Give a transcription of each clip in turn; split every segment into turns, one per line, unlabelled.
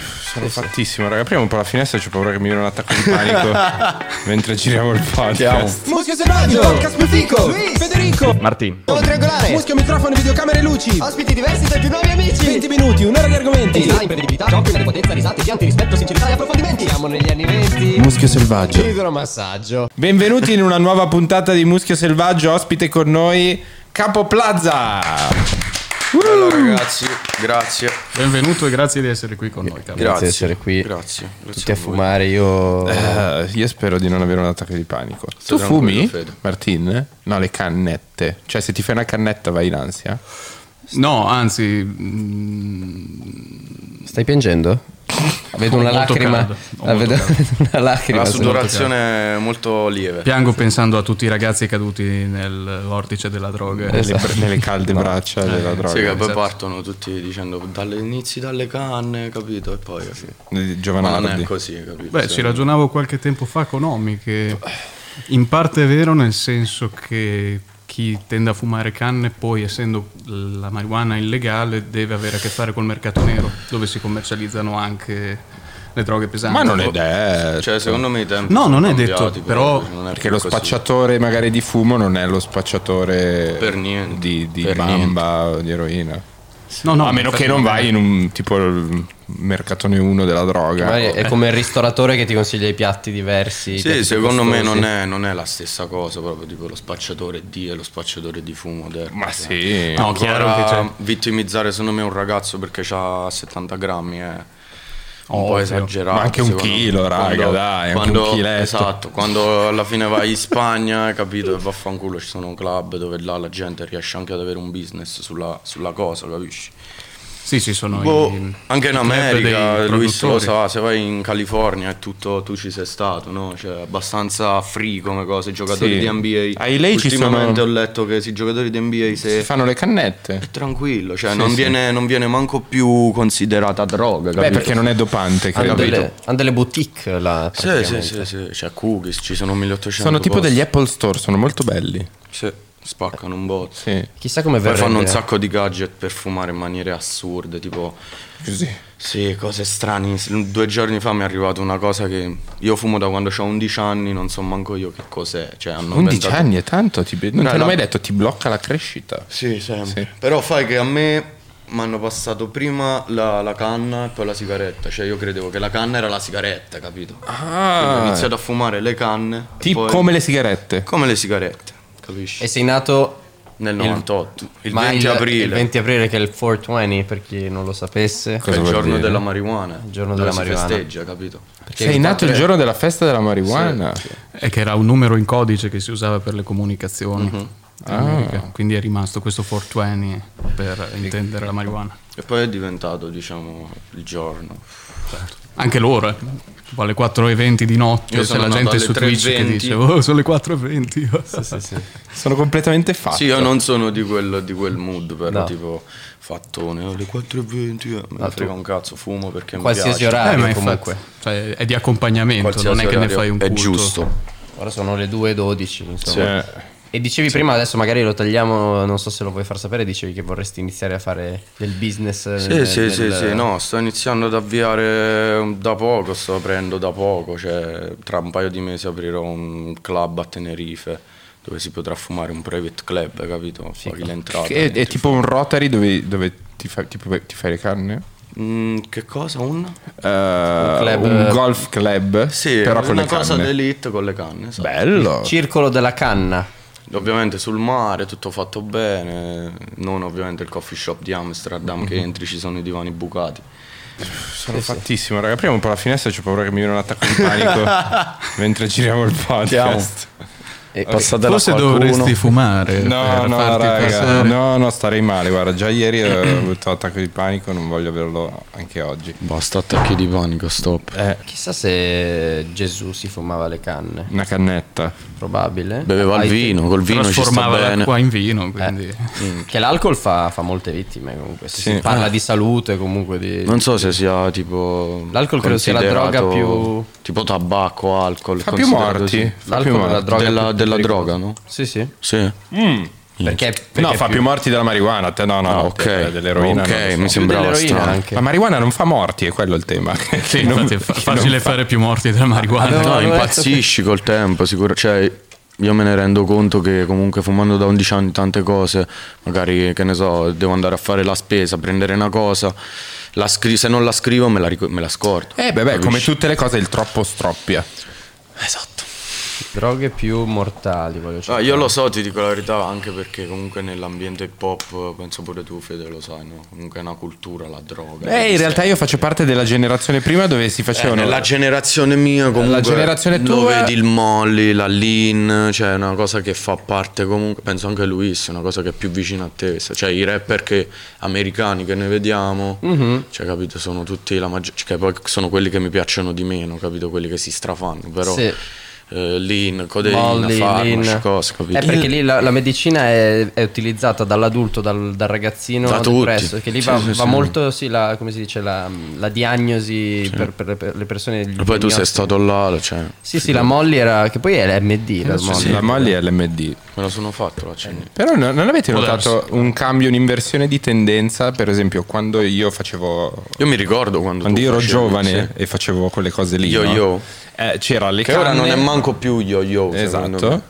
Sono fattissimo, raga. Apriamo un po' la finestra, c'ho paura che mi viene un attacco di panico mentre giriamo il podcast.
Muschio selvaggio, podcast più fico,
Luis.
Federico,
Martin.
Modo triangolare, muschio, microfono, videocamere, luci,
Ospiti diversi tra i più nuovi amici.
20 minuti, un'ora di argomenti.
Design, prevedibilità, giochi, inadeguatezza, risate, pianti, rispetto, sincerità e approfondimenti. Siamo negli anni 20.
Muschio selvaggio.
Idromassaggio.
Benvenuti in una nuova puntata di Muschio Selvaggio, ospite con noi Capo Plaza.
Allora, ragazzi, grazie.
Benvenuto e grazie di essere qui con noi, Carlo.
Grazie.
Grazie di essere qui.
Grazie. grazie
Tutti a
voi.
fumare, io.
Eh, io spero di non avere un attacco di panico. tu
tranquillo,
fumi,
Fede.
Martin? No, le cannette. Cioè, se ti fai una cannetta vai in ansia.
No, anzi, mm,
Stai piangendo? Vedo una
molto
lacrima.
caldo, ho
Ah,
molto
vedo una lacrima.
La
sul-
sudorazione è molto lieve.
piango pensando a tutti i ragazzi caduti nell'ortice della droga.
Nelle, nelle calde braccia della droga.
Sì, che poi partono tutti dicendo dalle inizi dalle canne, capito? E poi
Di
ma non è
Giovanardi.
così, capito?
Beh,
Sì.
ci ragionavo qualche tempo fa con Omi che in parte è vero nel senso che chi tende a fumare canne poi essendo la marijuana illegale deve avere a che fare col mercato nero dove si commercializzano anche le droghe pesanti.
Ma non è detto.
Cioè, secondo me i tempi
No,
sono
non è
cambiati,
detto, però-
non è
Perché
più
lo
così.
spacciatore magari di fumo non è lo spacciatore
Per niente,
di, di
per
bamba o di eroina.
No, no,
a meno
infatti
che non vai in un tipo il mercatone 1 della droga.
Magari
eh,
È come il ristoratore che ti consiglia i piatti diversi. i piatti
Sì,
più
secondo me
costosi.
non è, non è la stessa cosa, proprio tipo lo spacciatore di e lo spacciatore di fumo. moderno.
Ma
Cioè,
sì.
No,
ancora
chiaro che c'è.
Vittimizzare secondo me un ragazzo perché ha 70 grammi è un po'
Ovvio.
esagerato.
Ma anche un
secondo me.
chilo, raga, dai, anche
quando-
un chiletto.
Esatto, quando alla fine vai in Spagna, hai capito, e vaffanculo, ci sono club dove là la gente riesce anche ad avere un business sulla, sulla cosa, capisci?
Sì, ci sono
Boh,
i-
anche in
i club
America,
dei
Luis lo
produttori.
sa, se vai in California è tutto, tu ci sei stato, no? Cioè, abbastanza free come cose, i giocatori
Sì.
di NBA.
Ai lei ci
Ultimamente
sono-
ho letto che i giocatori di NBA
Si
se...
fanno le cannette.
Tranquillo, cioè
Sì,
non,
sì.
Viene, non viene manco più considerata droga,
Beh,
capito?
perché non è dopante, credo.
Hanno delle, hanno delle boutique là.
Sì,
praticamente.
sì, sì, sì, c'è cookies, ci sono 1800
Sono tipo
posti.
degli Apple Store, sono molto belli.
Sì, spaccano un botto.
Sì.
Chissà come
Poi
verrebbe.
fanno un sacco di gadget per fumare in maniere assurde, tipo
Così.
Sì, cose strane. Due giorni fa mi è arrivata una cosa che io fumo da quando ho 11 anni, non so manco io che cos'è. Cioè, hanno
11
inventato-
anni è tanto, ti- non
No,
ti hanno
no.
mai detto ti blocca la crescita.
Sì, sempre.
Sì.
Però fai che a me mi hanno passato prima la, la canna e poi la sigaretta. Cioè, io credevo che la canna era la sigaretta, capito? Quindi ho
Ah,
iniziato a fumare le canne. e
tipo
poi-
come le sigarette.
come le sigarette, capisci?
E sei nato.
Nel
il-
98, il,
ma
20 aprile,
Il 20 aprile, che è il 420, per chi non lo sapesse.
che è
Cosa
il
vuol
giorno
dire?
della marijuana.
Il giorno
dove
della
si
marijuana.
festeggia, capito?
Sei nato il giorno della festa della marijuana.
È che era un numero in codice che si usava per le comunicazioni.
Mhm.
in
Ah.
America. Quindi è rimasto questo 420 per intendere la marijuana.
E poi è diventato, diciamo, il giorno.
Anche l'ora, eh. tipo alle 4.20 di notte,
Io
c'è
sono
la
nato
gente
alle
su Twitch che
3:20.
dice oh, sono le 4.20.
Sono completamente fatto.
Sì, io non sono di quel, di quel mood, però
No.
tipo fattone, "Oh, alle 4.20, eh, me ne frega un cazzo, fumo perché mi
Qualsiasi
piace.
Eh,
orario,
ma
comunque.
comunque, cioè, è di accompagnamento, non è che ne
Ah, orario
fai un
È
culto.
giusto.
Ora sono le 2.12. Insomma.
Cioè,
E dicevi prima, adesso magari lo tagliamo, non so se lo vuoi far sapere, dicevi che vorresti iniziare a fare del business.
Sì,
nel-
sì,
nel-
sì, sì, no, sto iniziando ad avviare da poco, sto aprendo da poco, cioè tra un paio di mesi aprirò un club a Tenerife dove si potrà fumare un private club, capito? Paghi l'entrata.
è, è
entri.
tipo un rotary dove, dove ti, fai, tipo, ti fai le canne.
Mm, che cosa? Un?
Eh, un,
club-
golf club,
Sì,
però
una
con le
cosa
canne.
d'elite con le canne. esatto.
Bello.
Circolo della canna.
Ovviamente sul mare, tutto fatto bene, non ovviamente il coffee shop di Amsterdam che entri ci sono i divani bucati.
Sono fattissimo, raga. Apriamo un po' la finestra, c'ho paura che mi viene un attacco di panico mentre giriamo il podcast.
Eh,
E
Forse dovresti fumare
No,
per
no,
farti
raga.
passare.
No, no, starei male. Guarda, già ieri eh, ho avuto l'attacco di panico, non voglio averlo anche oggi.
Basta attacchi di panico, stop.
Eh,
Chissà se Gesù si fumava le canne.
una cannetta.
Probabile.
Beveva
Ai
il vino, col vino ci sta
Trasformava
bene. Eh.
l'acqua in vino, quindi...
tempi- Mm, Che l'alcol fa, fa molte vittime comunque. Se
Sì. Eh.
Si parla di salute comunque di...
Non so se sia tipo...
L'alcol credo sia la
considerato
droga più-
Tipo tabacco, alcol.
Fa più
considerato
morti.
così.
Fa più
L'alcol è la
morti.
droga
della
più
della
pericolosa.
droga, no?
Sì, sì.
Sì.
Mm.
Perché, perché
no, fa più morti della marijuana. Te, no, no,
Ah,
te-
ok.
dell'eroina.
Ok,
non lo so.
mi sembrava
dell'eroina
strano.
anche.
La marijuana non fa morti, è quello il tema.
Sì, infatti è fa- facile fare più morti della marijuana.
No,
Avevo-
impazzisci col tempo, sicuro. Cioè, io me ne rendo conto che comunque fumando da 11 anni tante cose, magari che ne so, devo andare a fare la spesa, prendere una cosa, la scri- se non la scrivo me la, ric- me la scordo.
Eh, beh, beh, come
Capisci?
tutte le cose, il troppo stroppia.
Esatto.
droghe più mortali, voglio
No,
cercare.
io lo so, ti dico la verità, anche perché comunque nell'ambiente hip hop, penso pure tu Fede lo sai, no? comunque è una cultura la droga.
Eh, in realtà io faccio parte della generazione prima dove si
Eh,
facevano.
nella generazione mia comunque
generazione
lo
tua-
vedi il molly, la lean, cioè è una cosa che fa parte comunque, penso anche a Luis, è una cosa che è più vicina a te, cioè i rapper che, americani che ne vediamo,
Mhm.
cioè capito, sono tutti la maggior, cioè, che poi sono quelli che mi piacciono di meno, capito, quelli che si strafanno, però
Sì.
eh, lean, codeina,
Molly,
farmaci,
lean.
cose, capito?
Eh, perché lì la, la medicina è, è utilizzata dall'adulto, dal, dal ragazzino
Da tutti.
depresso, che lì va,
Sì, sì,
va
sì.
molto, sì, la, come si dice, la, la diagnosi per, per- per le persone.
E poi tu sei stato là, cioè,
Sì, sì, la Molly era, che poi è l'MD,
Eh,
la Molly.
La Molly è l'MD.
me lo sono fatto la cena.
Però no- non avete
Può
notato un cambio, un'inversione di tendenza? Per esempio, quando io facevo.
Io mi ricordo quando...
Quando
tu
io ero
facevi,
giovane
sì.
e facevo quelle cose lì.
Yo
no?
yo.
Eh, c'era le
Che ora non
canne-
è manco più yo-yo. secondo me.
Esatto.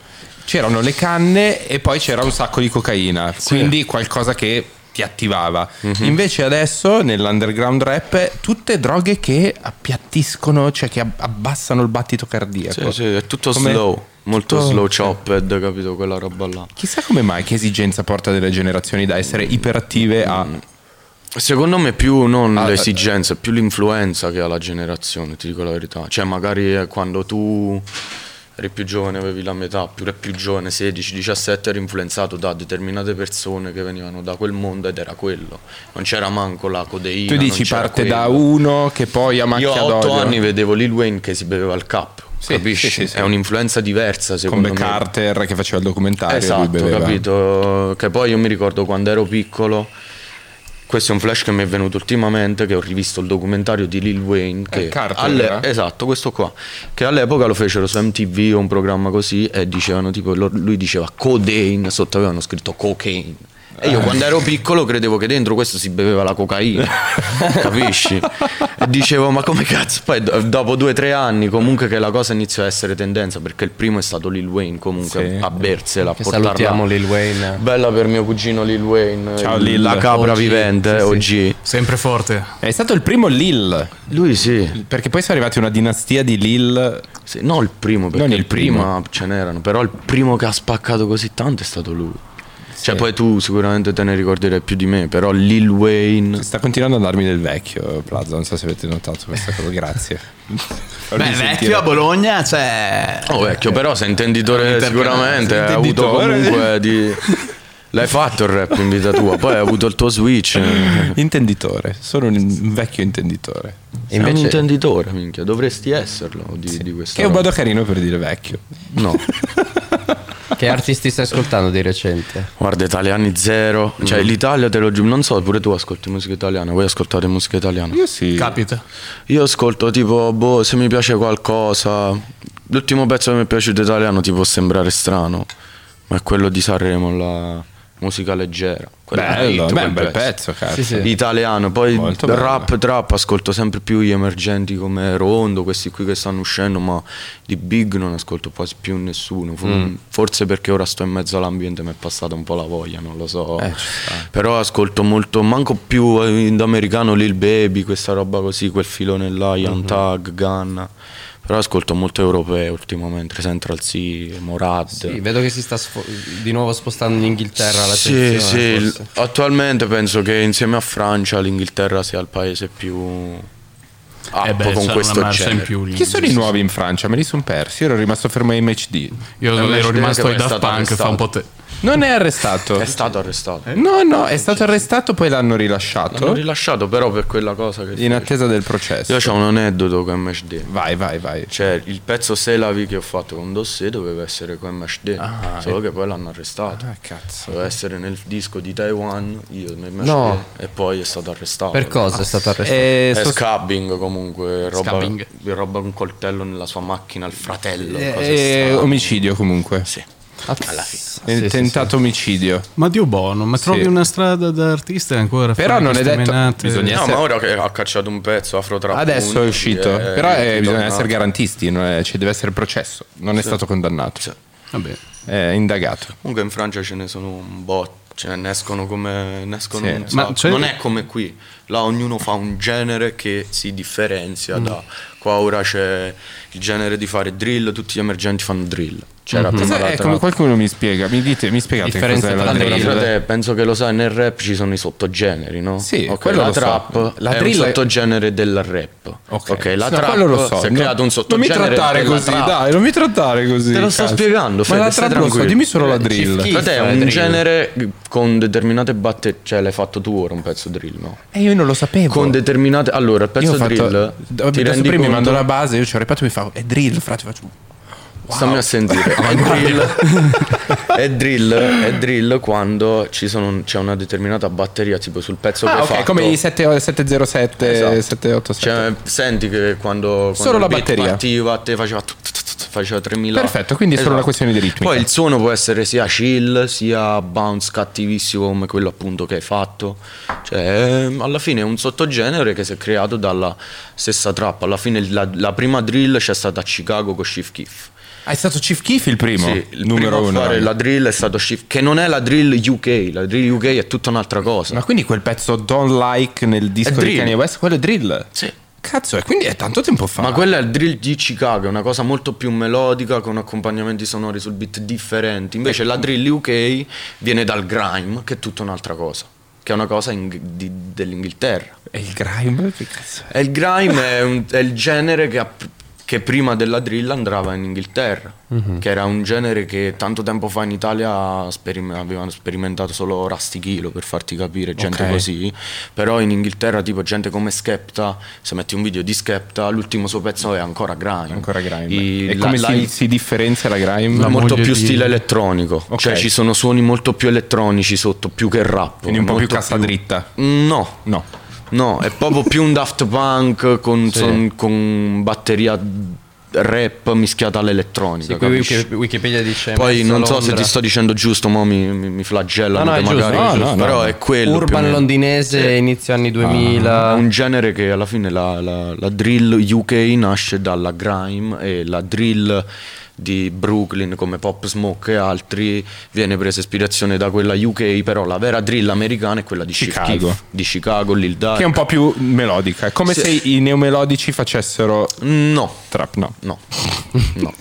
C'erano le canne e poi c'era un sacco di cocaina, quindi qualcosa che ti attivava.
Mhm.
Invece adesso nell'underground rap tutte droghe che appiattiscono, cioè che ab- abbassano il battito
Sì,
cardiaco.
sì, è tutto
Come-
slow, molto
tutto-
slow chopped, capito quella roba là.
Chissà come mai che esigenza porta delle generazioni da essere iperattive a
Mm, Secondo me più non
Ah,
l'esigenza, più l'influenza che ha la generazione, ti dico la verità. Cioè magari eh, quando tu eri più giovane avevi la metà, più eri più giovane, 16-17, eri influenzato da determinate persone che venivano da quel mondo ed era quello. Non c'era manco la codeina.
Tu
non
dici
c'era
parte da
quello.
uno che poi a macchia
Io a
d'olio.
8 anni vedevo Lil Wayne che si beveva il cap,
Sì,
capisci?
sì, sì, sì.
È un'influenza diversa secondo
come
me.
Carter che faceva il documentario lui
Esatto,
beveva.
capito. Che poi io mi ricordo quando ero piccolo. Questo è un flash che mi è venuto ultimamente, che ho rivisto il documentario di Lil
Eh,
Wayne. Che
Carter,
alle-
era?
esatto, questo qua. Che all'epoca lo fecero su MTV o un programma così e dicevano tipo, lo- lui diceva codeine, sotto avevano scritto cocaine. E
Eh.
io quando ero piccolo credevo che dentro questo si beveva la cocaina, capisci? E dicevo, ma come cazzo? Poi do- dopo due o tre anni comunque che la cosa iniziò a essere tendenza, perché il primo è stato Lil Wayne comunque
Sì.
a bersela, a
Che
portarla-
salutiamo Lil Wayne.
Bella per mio cugino Lil Wayne.
Ciao,
il-
Lil.
La capra
OG,
vivente,
sì,
OG.
Sempre forte.
È stato il primo Lil,
Lui sì.
perché poi sono arrivati una dinastia di Lil
Sì, No, il primo, perché
il primo.
prima ce n'erano, però il primo che ha spaccato così tanto è stato lui. Cioè, poi tu sicuramente te ne ricorderai più di me, però Lil Wayne.
Sta continuando a darmi del vecchio Plaza, non so se avete notato questa cosa, grazie.
Beh, vecchio a Bologna, cioè.
Eh,
Oh, vecchio, però sei eh, intenditore sicuramente. Hai avuto
intenditore,
comunque di. L'hai fatto il rap in vita tua, poi hai avuto il tuo switch. Sei
Intenditore, sono un un vecchio intenditore.
un
invece-
intenditore, minchia, dovresti esserlo di, di questa
Che è un
roba.
modo carino per dire vecchio.
No.
Che artisti stai ascoltando di recente?
Guarda, italiani zero. Cioè,
Mm.
l'Italia te lo giuro. Non so, pure tu ascolti musica italiana. Voi ascoltate musica italiana?
Io sì.
Capita.
Io ascolto tipo, boh, se mi piace qualcosa. L'ultimo pezzo che mi è piaciuto italiano ti può sembrare strano, ma è quello di Sanremo, la musica leggera. Quello è un
bello,
hit,
beh,
quel
un bel pezzo, cazzo.
Sì, sì.
Italiano, poi
Molto bello.
rap, trap, ascolto sempre più gli emergenti come Rondo, questi qui che stanno uscendo, ma di Big non ascolto quasi più nessuno. For- Forse perché ora sto in mezzo all'ambiente mi è passata un po' la voglia, non lo so. Però ascolto molto, manco più eh, d'americano Lil Baby, questa roba così, quel filone là, Young Tag, Gunna. Però ascolto molto europeo ultimamente, Central C, Morad.
Sì, vedo che si sta sfo- di nuovo spostando in Inghilterra la
Sì, sì,
tensione,
il-
forse.
attualmente penso che insieme a Francia l'Inghilterra sia il paese più up
Eh beh,
Ah, con
c'hanno
questo
una marcia
genere.
in più lì.
Chi sono i nuovi in Francia? Me li sono persi, io ero rimasto fermo a MHD.
Io
Eh,
ero
invece
rimasto
che
ai
è
Daft
stato
Punk, fa un po' te.
Non è arrestato.
È stato arrestato.
No, no, è stato arrestato, poi l'hanno
L'hanno
rilasciato
rilasciato però per quella cosa che
in attesa del processo.
Io ho un aneddoto con MHD.
Vai, vai, vai.
Cioè, il pezzo Selavi che ho fatto con Dossé doveva essere con MHD, solo che poi l'hanno arrestato.
eh. Ah, cazzo.
Doveva essere nel disco di Taiwan, io nel MHD,
No.
e poi è stato arrestato.
Per cosa è stato arrestato?
Eh,
È
sto-
scabbing comunque, roba,
Scabbing.
roba un coltello nella sua macchina, il fratello.
eh,
cose
eh,
strane.
omicidio comunque.
Sì.
Alla fine.
Nel tentato omicidio.
Ma Dio buono, ma trovi una strada da artista e ancora
Però
fare
non è
queste
detto-
menate?
bisogna-
No,
Essere-
ma ora che ha cacciato un pezzo, Afrotrap.
Adesso è
Undici,
uscito,
è
però eh, bisogna
ritornato.
essere garantisti, non è- ci deve essere processo. Non è stato condannato,
Vabbè.
è indagato.
Comunque in Francia ce ne sono un botto, cioè ne escono come ne escono
Sì.
un
Ma
sacco.
c'è-
Non è come qui, là ognuno fa un genere che si differenzia
Mm.
da qua ora c'è il genere di fare drill, tutti gli emergenti fanno drill. C'era prima la
Cos'è- eh,
trap.
come qualcuno mi spiega, mi dite, mi spiegate che
Differenza
cos'è la
tra
Allora,
drill.
drill?
frate, penso che lo sai, nel rap ci sono i sottogeneri, no?
Sì,
Ok,
quello
la
lo so.
trap
La
è
drill
un
è-
sottogenere del rap. Ok, la
No,
trap
quello lo so.
si è
No,
creato un sottogenere
Non mi trattare
della
così,
trap.
dai, non mi trattare così.
Te lo sto
cazzo.
spiegando, Fede,
Ma la
stai
trap lo so,
tranquillo.
dimmi solo la
Eh, ci
drill.
Frate, è
Chissà,
un
drill.
genere con determinate batte, cioè l'hai fatto tu ora un pezzo drill, no?
E Eh, io non lo sapevo.
Con determinate Allora, il
Boh. Io ho
pezzo
fatto-
drill
Vabbè,
ti
adesso
rendi
prima mi mando
conto
la base, io ci ho ripetuto mi fa è drill, frate, faccio
Stammi a sentire. È drill, è drill, è drill quando ci sono- c'è una determinata batteria, tipo sul pezzo che
Ah,
hai
ok,
fatto.
come i 7, 707
Esatto.
787.
Cioè, senti che quando, quando
Solo
il
la
beat
batteria.
partiva, te faceva tu- tu- tu- tu- faceva 3000.
Perfetto, quindi è solo una questione di ritmica.
Poi il suono può essere sia chill, sia bounce cattivissimo come quello appunto che hai fatto. Cioè, ehm, alla fine è un sottogenere che si è creato dalla stessa trappa. Alla fine la, la prima drill c'è stata a Chicago con Shift Kiff.
Ah, è stato Chief Keef il primo,
Sì, il
numero
primo
uno. eh.
a fare la drill è stato Shift, che non è la drill UK, la drill UK è tutta un'altra cosa.
Ma quindi quel pezzo Don't Like nel disco di
drill.
Kanye West, quello è drill.
Sì.
Cazzo, e quindi è tanto tempo fa.
Ma quello è il drill di Chicago, è una cosa molto più melodica con accompagnamenti sonori sul beat differenti. Invece la drill UK viene dal grime, che è tutta un'altra cosa, che è una cosa in- di- dell'Inghilterra.
E il grime, che cazzo.
E il grime è, un- è il genere che, ha- che prima della drill andava in Inghilterra,
Mhm.
che era un genere che tanto tempo fa in Italia sperim- avevano sperimentato solo Rusty Kilo per farti capire, gente
Ok.
così, però in Inghilterra tipo gente come Skepta, se metti un video di Skepta, l'ultimo suo pezzo è ancora grime.
Ancora grime.
I-
e
la-
come
la-
si, si differenzia la grime?
La
molto
moglie
più
di-
stile elettronico,
Ok.
cioè ci sono suoni molto più elettronici sotto più che rap.
quindi un po' più
molto
cassa dritta.
No,
No.
No, è proprio più un Daft Punk con, son- con batteria rap mischiata all'elettronica.
Sì, qui
capisci?
Wiki- Wikipedia dice
Poi
Mezzo
non so se
Londra.
ti sto dicendo giusto, ma mi, mi, mi flagellano.
No, no,
che
è giusto,
magari-
no, no,
no.
però è quello. più o
Urban
meno. Ah,
londinese inizio anni 2000.
È un genere che alla fine la, la- la drill UK nasce dalla grime e la drill di Brooklyn come Pop Smoke e altri viene presa ispirazione da quella UK, però la vera drill americana è quella di Chicago,
Chicago.
di Chicago, Lil Durk.
Che è un po' più melodica. È come
Ah. Sì.
se i neomelodici facessero
No,
trap, no.
No, no.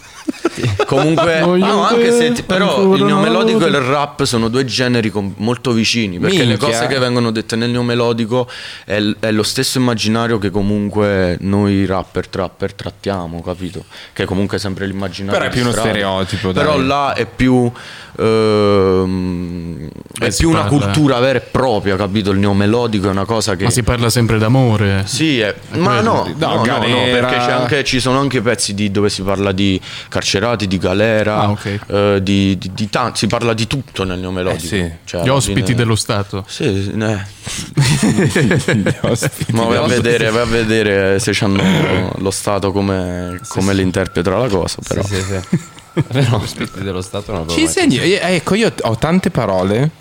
Comunque,
Voglio
no, anche se ti- però
ancora
il
una
neomelodico e
volta.
il rap sono due generi com- molto vicini perché le
Minchia.
cose che vengono dette nel neomelodico è, l- è lo stesso immaginario che comunque noi rapper trapper trattiamo, capito? Che è comunque sempre l'immaginario.
Però è
di
più uno
strada.
stereotipo, dai.
Però là è più ehm, è
si
più una
parla-
cultura vera e propria, capito? Il neomelodico è una cosa che
Ma si parla sempre d'amore.
sì, è- ma no,
No,
no, no, no,
galera.
perché c'è anche- ci sono anche pezzi di- dove si parla di carcerati, di galera,
Ah, ok.
eh, di, di, di tan- si parla di tutto nel neomelodico.
Eh, sì.
Cioè,
Gli
alla
ospiti
fine-
dello Stato.
Sì, sì, eh.
Gli ospiti.
ma vai a,
no.
vedere, vai a vedere se hanno lo Stato come, come li interpreta la cosa. Però.
Sì, sì, sì. Però ospiti dello Stato non avevo
Ci
mai
insegni, eh, ecco, io ho tante parole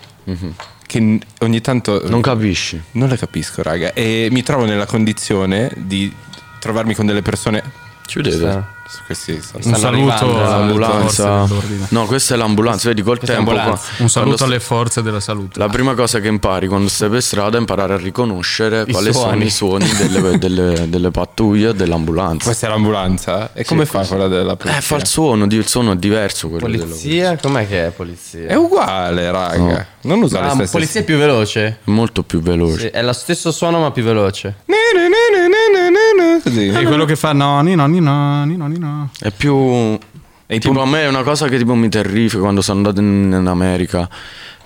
che n- ogni tanto
Mhm. Non capisci.
Non le capisco, raga. E mi trovo nella condizione di trovarmi con delle persone.
Chiudete.
Eh. Questi sono-
Un
Stanno
saluto
arrivando,
alle
L'ambulanza.
forze dell'ordine.
No, questa è l'ambulanza, vedi col
è
tempo. qua-
l'ambulanza.
Un
quando
saluto alle forze della salute.
La prima cosa che impari quando stai per strada è imparare a riconoscere quali sono
suoni.
i suoni delle, delle- delle pattuglie e dell'ambulanza.
Questa è l'ambulanza? eh? E come fa quella della polizia?
Eh, fa il suono, di- il suono è diverso quello della-
Polizia, com'è che è polizia?
È uguale, raga.
No.
Non usa
Ah,
le stesse
polizia è più veloce.
È molto più veloce.
Sì, è lo stesso suono ma più veloce.
Ne, ne, ne, ne, ne, ne, ne,
E
Così.
quello che fa noni, noni, noni, noni, no.
È più. tipo, a me è una cosa che tipo mi terrifica quando sono andato in, in America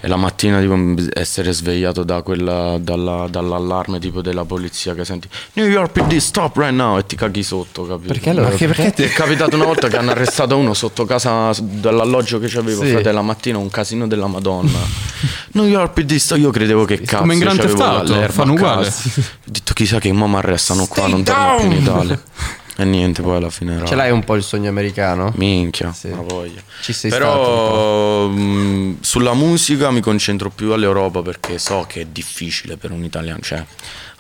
e la mattina tipo mi- essere svegliato da quella- dalla- dall'allarme tipo della polizia che senti New York PD stop right now e ti caghi sotto, capito?
Perché allora?
Che perché
Ti è capitato una volta che hanno arrestato uno sotto casa s- dall'alloggio che c'avevo,
Sì.
frate, la mattina un casino della Madonna. New York PD, sto- io credevo che cazzo
in Grand
c'avevo
Theft Auto,
l'erba a
fanno
casa.
uguale.
Ho detto chissà che mamma arrestano qua, non torno più in Italia. E niente, poi alla fine era...
Ce l'hai un po' il sogno americano?
Minchia,
Sì.
una voglia.
Ci sei
Però mh, sulla musica mi concentro più all'Europa perché so che è difficile per un italiano, cioè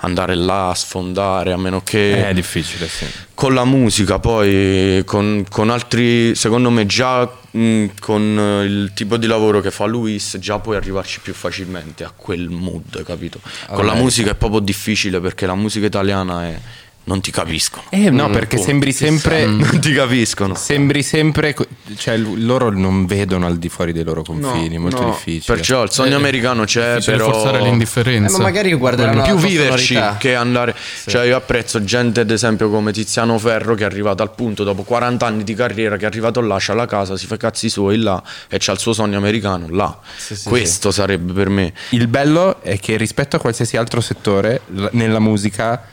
andare là a sfondare a meno che
Eh, È difficile, sì.
con la musica, poi con, con altri, secondo me già mh, con eh, il tipo di lavoro che fa Luis, già puoi arrivarci più facilmente a quel mood, capito? Con la
Allora.
musica è proprio difficile perché la musica italiana è... non ti capiscono.
Eh, no, perché
punto.
sembri
Eh,
sempre.
Non ti capiscono.
Sembri sempre. co- Cioè, l- loro non vedono al di fuori dei loro confini. molto
No,
difficile.
Perciò il sogno americano c'è,
certo. Eh,
Cioè,
Difficile
però
forzare
Eh,
l'indifferenza.
ma magari guarderanno
più
la tua
viverci
sonorità.
che andare. Cioè, io apprezzo gente, ad esempio, come Tiziano Ferro, che è arrivato al punto dopo 40 anni di carriera, che è arrivato là, c'ha la casa, si fa i cazzi suoi là e c'ha il suo sogno americano là.
sì,
Questo sarebbe per me.
Il bello è che rispetto a qualsiasi altro settore l- nella musica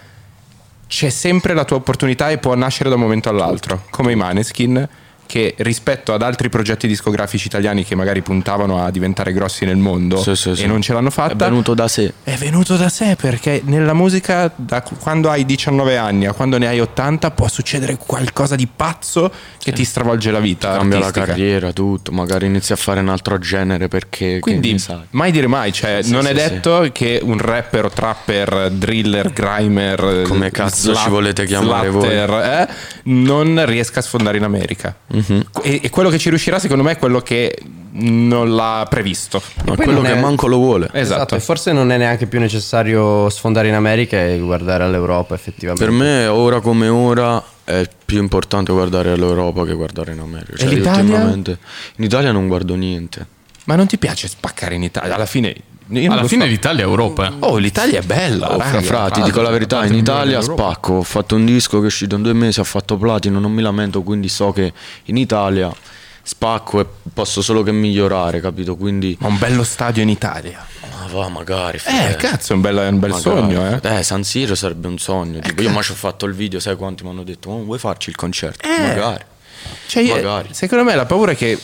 c'è sempre la tua opportunità e può nascere da un momento all'altro, come i Maneskin che rispetto ad altri progetti discografici italiani che magari puntavano a diventare grossi nel mondo
Sì, sì, sì.
Oh, e non ce l'hanno fatta,
È venuto da sé.
è venuto da sé perché nella musica da qu- quando hai 19 anni a quando ne hai 80 può succedere qualcosa di pazzo che ti stravolge la vita,
Cambia la
artistica.
carriera, tutto. Magari inizia a fare un altro genere perché. che
Quindi
ne sai.
mai dire mai, cioè
Sì,
non
sì,
è
sì.
detto che un rapper o trapper, driller, grimer,
Come cazzo ci volete chiamare voi.
voi, non riesca a sfondare in America.
Mhm.
E, e quello che ci riuscirà secondo me è quello che non l'ha previsto.
Ma
poi
quello
non
che
è-
manco lo vuole.
Esatto.
e forse non è neanche più necessario sfondare in America e guardare all'Europa effettivamente.
Per me, ora come ora, è più importante guardare all'Europa che guardare in America. Cioè, io
l'Italia?
ultimamente in Italia non guardo niente.
Ma non ti piace spaccare in Italia? Alla fine... io non
Alla
lo
fine
so.
l'Italia è Europa.
Oh, l'Italia è bella.
Oh,
raga.
fra, fra, ti dico la verità, in Italia spacco, ho fatto un disco che è uscito in due mesi, ha fatto platino, non mi lamento, quindi so che in Italia spacco e posso solo che migliorare, capito? Quindi,
Ma un bello stadio in Italia.
ma va magari.
Eh,
fra,
cazzo, è un bel, è un bel
magari.
sogno, eh.
San Siro sarebbe un sogno. tipo, io ma ci ho fatto il video, sai quanti mi hanno detto, "Oh, vuoi farci il concerto? Magari.
Cioè, io-
Magari.
secondo me la paura è che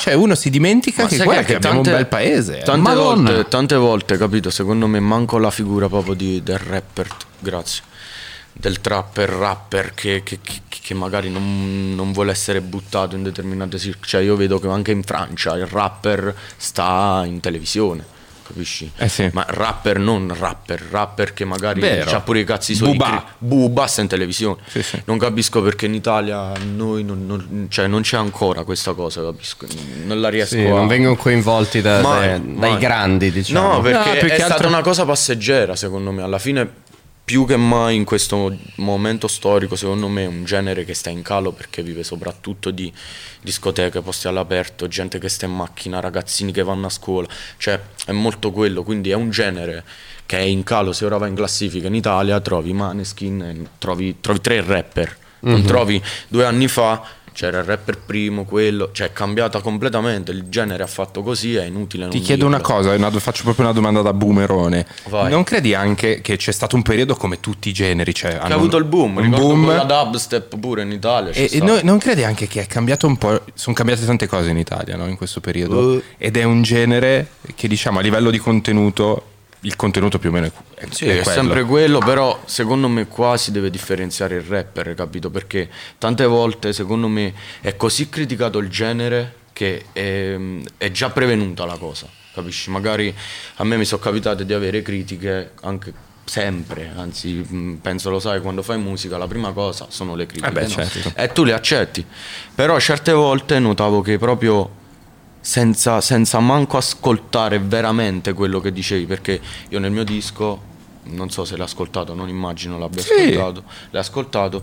cioè, uno si dimentica
Ma
che
sai
guarda
che
che abbiamo
tante-
un bel paese. eh.
Tante
Madonna.
volte, tante volte, capito? Secondo me manco la figura proprio di- del rapper, grazie. Del trapper, rapper che, che- che- che magari non, non vuole essere buttato in determinate circostanze. Cioè, io vedo che anche in Francia il rapper sta in televisione, capisci?
Eh sì.
Ma rapper non rapper, rapper che magari
Vero.
ha pure i cazzi suoi.
Bubà.
cri- Bubba sta in televisione.
Sì, sì.
Non capisco perché in Italia noi non, non- cioè, non c'è ancora questa cosa, capisco? Non la riesco
Sì,
a
non vengono coinvolti da-
Mai,
dai,
mai.
dai grandi, diciamo.
No, perché
No, più
è
che
stata
altro-
una cosa passeggera, secondo me. Alla fine, più che mai in questo momento storico, secondo me, è un genere che sta in calo perché vive soprattutto di discoteche, posti all'aperto, gente che sta in macchina, ragazzini che vanno a scuola. Cioè, è molto quello. Quindi è un genere che è in calo. Se ora vai in classifica in Italia, trovi Maneskin, e trovi, trovi tre rapper.
Mhm.
Non trovi due anni fa. C'era il rapper primo, quello, cioè è cambiata completamente. Il genere ha fatto così, è inutile.
Ti chiedo una cosa, una- faccio proprio una domanda da boomerone.
Vai.
Non credi anche che c'è stato un periodo come tutti i generi? Cioè,
Che ha avuto il boom,
un
ricordo
boom.
quella dubstep pure in Italia. c'è
E, e
stata.
no- non credi anche che è cambiato un po'? Sono cambiate tante cose in Italia no? in questo periodo.
Uh.
Ed è un genere che diciamo a livello di contenuto, il contenuto più o meno è, è-
Sì,
è
è
quello.
sempre quello, però secondo me qua si deve differenziare il rapper, capito? Perché tante volte secondo me è così criticato il genere che ehm, è, già prevenuta la cosa, capisci? Magari a me mi sono capitate di avere critiche anche sempre, anzi mh, penso lo sai, quando fai musica la prima cosa sono le critiche.
Eh beh,
no?
certo.
E tu le accetti, però certe volte notavo che proprio senza, senza manco ascoltare veramente quello che dicevi, perché io nel mio disco, non so se l'hai ascoltato, non immagino l'abbia
Sì.
ascoltato, l'hai ascoltato,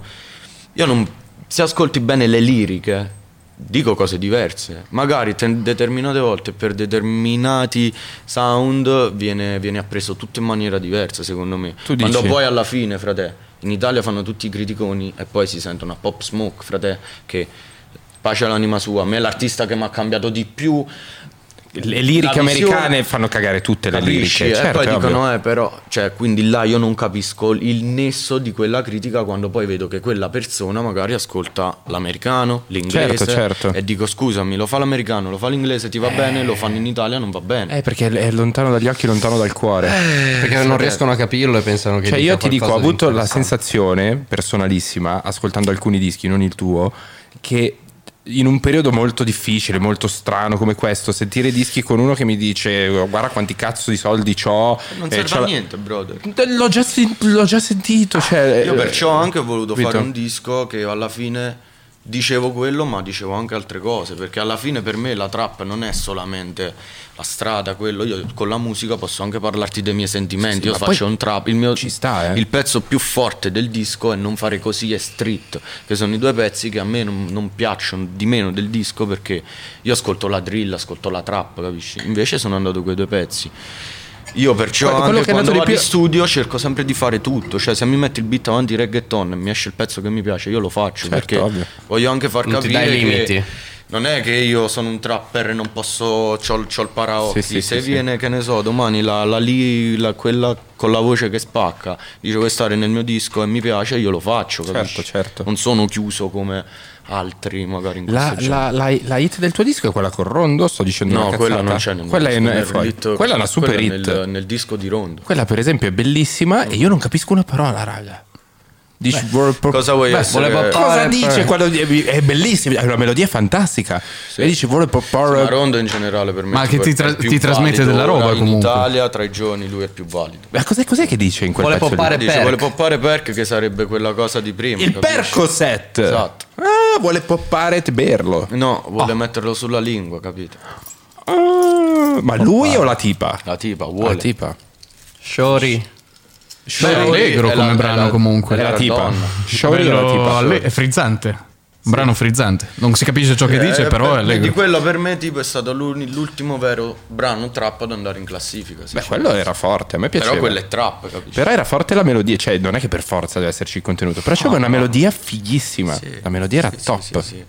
io non, se ascolti bene le liriche, dico cose diverse, magari te- determinate volte per determinati sound viene, viene appreso tutto in maniera diversa, secondo me.
Tu
Quando
dici?
poi alla fine, frate, in Italia fanno tutti i criticoni e poi si sentono a Pop Smoke, frate, che pace all'anima sua, a me è l'artista che mi ha cambiato di più
le liriche
La visione-
americane fanno cagare tutte le
Capisci?
liriche. Certo,
e poi
è ovvio.
dicono, eh, però, cioè, quindi là io non capisco il nesso di quella critica quando poi vedo che quella persona magari ascolta l'americano, l'inglese.
Certo, certo.
E dico, scusami, lo fa l'americano, lo fa l'inglese, ti va bene, lo fanno in Italia, non va bene.
Eh, perché è lontano dagli occhi, lontano dal cuore.
Eh,
Perché non riescono a capirlo e pensano che.
Cioè,
dica
io ti dico, ho
qualcosa di
avuto la
interessante.
sensazione personalissima, ascoltando alcuni dischi, non il tuo, che in un periodo molto difficile, molto strano come questo, sentire dischi con uno che mi dice "Oh, guarda quanti cazzo di soldi eh, ho.
Eh, non serve a niente, brother.
Eh, L'ho già, sen- l'ho già sentito. Cioè,
Io
eh,
perciò anche ho voluto
capito?
fare un disco che alla fine dicevo quello, ma dicevo anche altre cose, perché alla fine per me la trap non è solamente la strada, quello, io con la musica posso anche parlarti dei miei sentimenti, io
ma
faccio
poi
un trap, il mio
ci sta, eh.
il pezzo più forte del disco è Non fare così è street, che sono i due pezzi che a me non, non piacciono di meno del disco perché io ascolto la drill, ascolto la trap, capisci? Invece sono andato quei due pezzi. Io perciò
Quello
anche
che è andato
quando
di
vado in
più-
studio cerco sempre di fare tutto, cioè se mi metti il beat avanti reggaeton e mi esce il pezzo che mi piace, io lo faccio
Certo,
perché
ovvio.
voglio anche far
Non ti
capire
dai
che
limiti.
non è che io sono un trapper e non posso c'ho, c'ho il paraocchi,
Sì, sì,
se
sì, sì.
viene che ne so, domani la, la lì la- quella con la voce che spacca, dice che stare nel mio disco e mi piace, io lo faccio, capisci?
certo.
Non sono chiuso come altri magari
La,
in questo genere.
la, la- la hit del tuo disco è quella con Rondo? Sto dicendo
No,
una
quella
cazzata?
non c'è Cioè, nel mio
quella, è,
disco,
è
nel
fuori.
hit-
quella è una super
quella
hit.
nel, nel disco di Rondo.
Quella, per esempio, è bellissima e io non capisco una parola, raga. Dici, vor- por-
cosa vuoi essere-
volevo-
Eh,
cosa
eh,
dice
eh.
quando è bellissima, è una melodia fantastica. E dici, vuole
Sì, ma
popor.
Rondo in generale per me
Ma
è
che
più-
ti
è
tra-
più
ti trasmette
valido.
della roba,
Ora, In
comunque.
Italia tra i giovani lui è più valido.
Ma cos'è, cos'è che dice in quel
Vuole
pezzo lì?
poppare-
Dice
perk.
vuole poppare perk che sarebbe quella cosa di prima.
Il
capisci?
perco set.
Esatto.
Ah, vuole poppare e berlo.
No, vuole
Ah.
metterlo sulla lingua, capito?
Ah, ma lui o la tipa? Ah,
La tipa
La
vuole.
tipa.
Shori.
Beh, è allegro
è la-
come
è
brano
la-
comunque.
è
La
la
tipa.
donna.
Sciogli la
Bello
tipa.
alle- è frizzante. Un brano frizzante. Non si capisce ciò che
Eh,
dice, però è
per- Di
allegro.
quello per me tipo è stato l'uni- l'ultimo vero brano trap ad andare in classifica.
Beh,
sinceramente.
quello era forte, a me piaceva.
Però quello è trap, capisci?
Però era forte la melodia, cioè non è che per forza deve esserci il contenuto, però c'era una melodia fighissima.
Sì.
La melodia era
Sì, sì,
top.
sì, sì.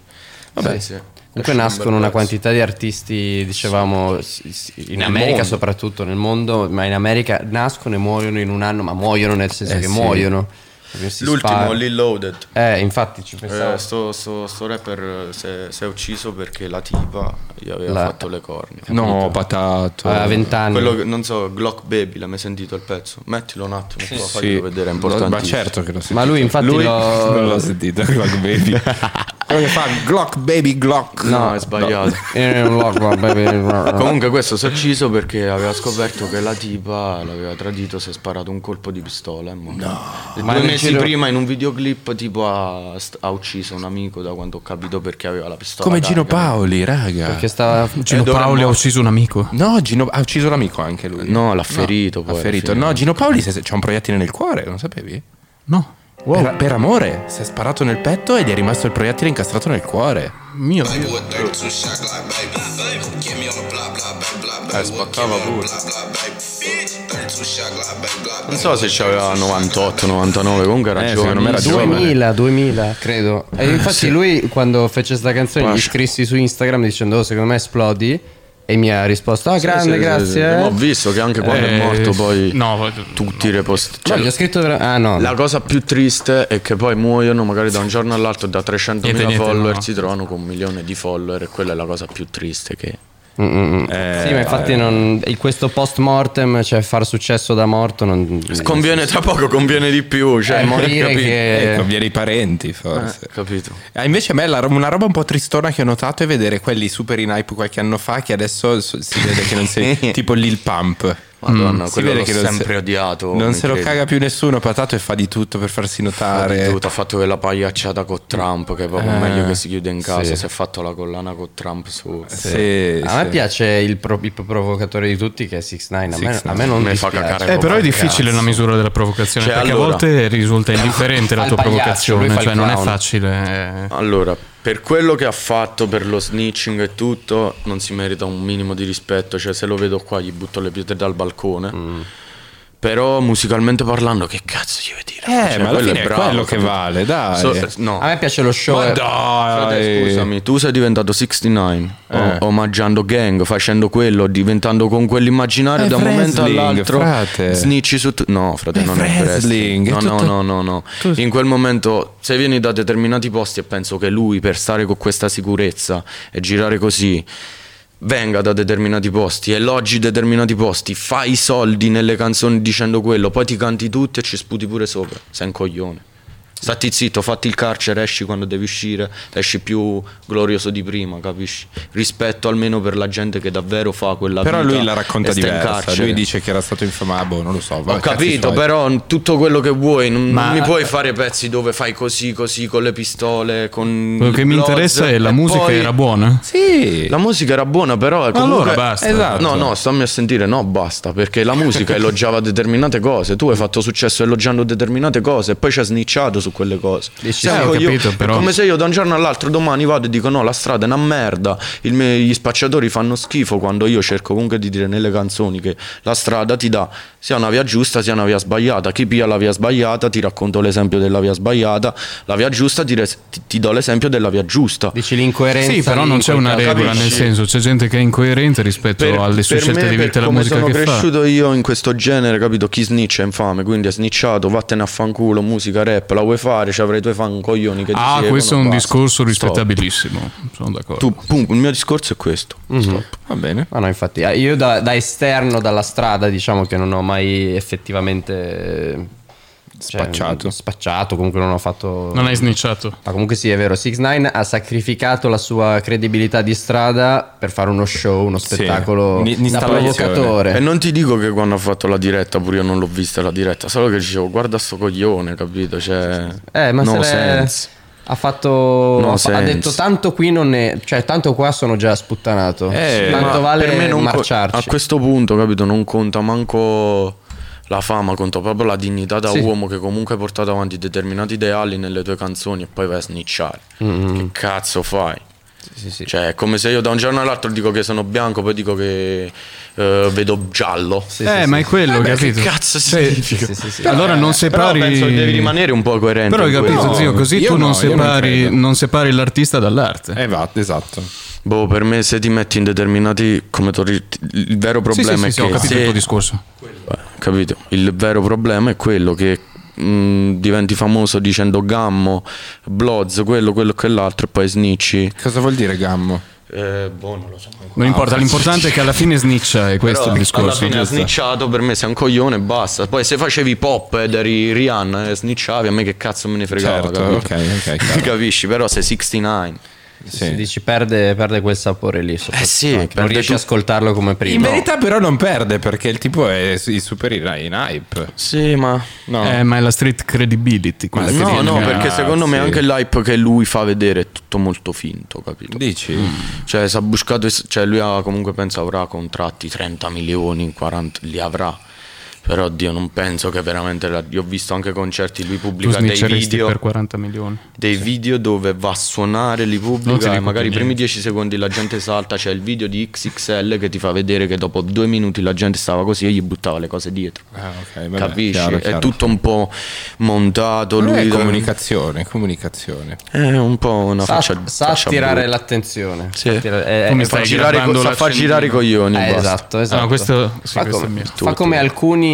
Vabbè.
Sì, sì.
Comunque
Lascia un
nascono
bel
una
pezzo.
quantità di artisti, dicevamo, s- s- in America
mondo.
soprattutto, nel mondo, ma in America nascono e muoiono in un anno, ma muoiono nel senso
Eh
che
sì.
muoiono. Perché si
L'ultimo,
spara-
Lil Loaded.
Eh, infatti ci pensavo.
Eh,
Esatto.
sto, sto- sto rapper eh, si è, si è ucciso perché la tipa gli aveva
La-
fatto le corna.
No, patato.
a 20 anni.
Quello che, non so, Glock Baby, l'hai mai sentito il pezzo? Mettilo un attimo, qua, faglielo vedere, è importante.
Ma certo che lo sentito.
Ma lui infatti
Lui-
lo-
non l'ho sentito, Glock Baby. Quello che fa Glock Baby Glock.
No, è sbagliato.
Eh, no, vabbè,
Comunque questo si è ucciso perché aveva scoperto che la tipa l'aveva tradito, si è sparato un colpo di pistola. No. Due
Ma nel
mesi
giro-
prima in un videoclip tipo ha, ha ucciso un amico da quando ho capito perché aveva la pistola.
Come Gino
carica.
Paoli, raga.
Che
eh,
stava...
Gino
ed ora è
Paoli ha
morto.
ucciso un amico.
No, Gino ha ucciso l'amico anche lui.
No, l'ha ferito
Ha
poi. alla
ferito.
fine.
No, Gino Paoli se- se- c'ha un proiettile nel cuore, non sapevi?
No.
Per, per amore, si è sparato nel petto e gli è rimasto il proiettile incastrato nel cuore.
Mio Dio.
Eh, spaccava pure. Non so se c'aveva 98, 99, comunque era
Eh, secondo me
giovane.
era giovane.
2000, 2000, credo. E infatti lui quando fece sta canzone gli scrissi su Instagram dicendo "Oh, secondo me esplodi" e mi ha risposto "Ah, grande, grazie". eh".
Ho visto che anche quando è
Eh,
morto poi
no, voglio-
tutti i repost.
No,
cioè,
gli ho scritto vera- Ah, no.
la cosa più triste è che poi muoiono magari da un giorno all'altro da 300.000
Niente, niente,
follower,
no.
si trovano con un milione di follower e quella è la cosa più triste che...
Mm, mm, mm. sì, ma infatti non- il- questo post mortem, cioè far successo da morto non
Conviene tra poco, conviene di più, cioè
Eh, morire
capito?
che- Eh.
Ecco, viene i parenti, forse.
Capito?
Ah, invece a me la- una roba un po' tristona che ho notato è vedere quelli super in hype qualche anno fa che adesso so- si vede che non sei tipo Lil Pump.
Madonna,
Si
quello
vede
l'ho
che non se-
sempre odiato.
Non se lo
incredibile.
caga più nessuno, patato e fa di tutto per farsi notare.
Ha ha fatto quella pagliacciata con Trump, che è proprio
Eh,
meglio che si chiude in casa. Si è fatto la collana con Trump su.
Sì,
A me
sì. Eh,
piace il, pro- il più provocatore di tutti che è 6ix9ine, a, me- a me non
Mi fa
dispiace.
cagare.
Eh, però è
Cazzo.
difficile la misura della provocazione
Cioè,
perché a
allora-
volte risulta indifferente la
Fa il
tua
pagliaccio, lui
provocazione,
fa il
cioè non è
clown.
facile. eh.
Allora, per quello che ha fatto, per lo snitching e tutto, non si merita un minimo di rispetto. Cioè, se lo vedo qua, gli butto le pietre dal balcone. Però musicalmente parlando, che cazzo gli vuoi dire?
Eh,
Cioè,
ma alla
quello
fine è,
bravo,
quello che eh. Ah,
capito?
vale, dai.
So- eh, no.
A me piace lo show.
ma
eh.
dai.
Frate, scusami, tu sei diventato 69
Eh.
o- omaggiando gang, facendo quello, diventando con quell'immaginario
È
da un momento
Eh, wrestling,
all'altro.
frate.
Snitchi su tu- No, frate,
È
non è
wrestling,
wrestling. No,
è
no,
tutto-
no, no, no. In quel momento, se vieni da determinati posti e penso che lui per stare con questa sicurezza e girare così venga da determinati posti, elogi determinati posti, fai i soldi nelle canzoni dicendo quello, poi ti canti tutti e ci sputi pure sopra. Sei un coglione. Stati zitto, fatti il carcere, esci quando devi uscire, esci più glorioso di prima, capisci? Rispetto almeno per la gente che davvero fa quella
Però
vita
lui la racconta
e sta in
diversa.
carcere.
Lui dice che era stato infamato. boh, non lo so.
Ho
vabbè, cazzi
capito,
suoi.
però tutto quello che vuoi, non,
Ma-
non mi puoi fare pezzi dove fai così, così, con le pistole, con...
Quello
il
che mi
blood,
interessa è la
e
musica
poi-
era buona.
Sì.
La musica era buona, però eh, comunque...
allora basta.
Esatto.
No, no, stammi a sentire, no, basta, perché la musica elogiava determinate cose, tu hai fatto successo elogiando determinate cose e poi ci hai snicciato su quelle cose.
Dici,
Sai,
sì, ho
io-
capito,
è
però-
Come se io da un giorno all'altro domani vado e dico no, la strada è una merda, il me- gli spacciatori fanno schifo quando io cerco comunque di dire nelle canzoni che la strada ti dà sia una via giusta sia una via sbagliata, chi pia la via sbagliata ti racconto l'esempio della via sbagliata, la via giusta ti, res- ti- ti do l'esempio della via giusta.
Dici l'incoerenza.
Sì, però
lì
non
in
c'è
quel
una
caso.
regola,
capisci?
nel senso, c'è gente che è incoerente rispetto Cioè, alle sue scelte
me,
di vita e
per
alla
come
musica
sono
che fa.
cresciuto io in questo genere, capito? Chi snitch è infame, quindi è snitchato, vattene a fanculo, musica, rap, la vuoi fare, ci avrai i tuoi fan coglioni che
Ah,
dicevano,
questo è un
basta,
discorso
stop.
rispettabilissimo. Sono d'accordo.
Tu, pum, il mio discorso è questo.
Mm.
Stop.
Va bene.
No, no, infatti, eh, io da, da esterno, dalla strada, diciamo che non ho mai effettivamente. eh, cioè,
Spacciato.
spacciato, comunque non ho fatto.
Non hai snicciato.
Ma comunque sì, è vero, 6 9 ha sacrificato la sua credibilità di strada per fare uno show, uno spettacolo
Ni- ni-
da
installazione.
E
provocatore.
non ti dico che quando ho fatto la diretta, pure io non l'ho vista la diretta, solo che dicevo, guarda sto coglione, capito? Cioè,
Eh, ma
no
se l'è-
sense.
ha fatto
No
ha, fa- ha
sense.
detto tanto qui non è, cioè tanto qua sono già sputtanato.
Eh,
tanto
Ma
vale
per me non co-
marciarci.
a questo punto, capito, non conta manco la fama, conta proprio la dignità da
Sì.
uomo che comunque hai portato avanti determinati ideali nelle tue canzoni e poi vai a snicciare.
Mm-hmm.
Che cazzo fai?
Sì,
Eh,
sì.
Cioè, è come se io da un giorno all'altro dico che sono bianco, poi dico che eh, vedo giallo.
Sì, sì,
eh,
sì,
ma
sì.
è quello,
Beh,
capito?
Che cazzo
Cioè,
significa?
Sì, sì, sì.
Allora non
Però
separi.
penso che devi rimanere un po' coerente.
Però hai
in
capito,
quello.
zio, così
io
tu
no,
non,
io non
separi,
credo.
non separi l'artista dall'arte.
Eh, va, esatto.
Boh, per me se ti metti in determinati. Come t'ho ri- il vero
Sì, sì,
problema
sì,
è
sì,
che
ho capito
se
il tuo discorso.
Beh, Capito? Il vero problema è quello che mh, diventi famoso dicendo gammo, bloz, quello, quello e quell'altro e poi snicci.
Cosa vuol dire gammo?
Eh, boh, non lo so.
Non importa, l'importante è che alla fine sniccia, è questo il
Alla
discorso.
fine ha
giusto?
snicciato, per me sei un coglione e basta. Poi se facevi pop ed eri Rihanna e snicciavi, a me che cazzo me ne fregava,
Certo, ok,
capito?
ok, chiaro.
Capisci? Però sei 69.
Sì, dici perde, perde quel sapore lì. soprattutto,
sì,
anche. non
perde
riesci a
tu-
ascoltarlo come
In
prima.
verità, però, non perde perché il tipo è su- i superiori in hype.
Sì, ma...
No.
Eh, ma è la street credibility. quella che
No,
viene
no,
da-
perché secondo me anche l'hype che lui fa vedere è tutto molto finto, capito?
Dici?
Cioè, Sabuscato, cioè lui ha comunque penso avrà contratti 30 milioni, 40 li avrà. Però Dio non penso che veramente la- io ho visto anche concerti lui
Tu
pubblica dei
snicceresti
video,
per 40 milioni.
dei video dove va a suonare, li pubblica e
dico
magari i
niente.
primi 10 secondi la gente salta, c'è il video di XXL che ti fa vedere che dopo due minuti la gente stava così e gli buttava le cose dietro.
Ah, ok, vabbè,
Capisci?
chiaro,
È
chiaro.
tutto un po' montato,
Lui
lui eh,
è comunicazione, comunicazione.
è un po' una
sa,
faccia
sa
faccia
attirare
brutta.
l'attenzione.
Sì.
Sa tirare- è-
Come
è-
Fa
Stai
girare,
garbando
sa far
l'accendino.
girare i coglioni.
eh,
basta.
esatto, esatto.
Ah, questo- sì,
fa,
questo è
come,
mio.
fa come alcuni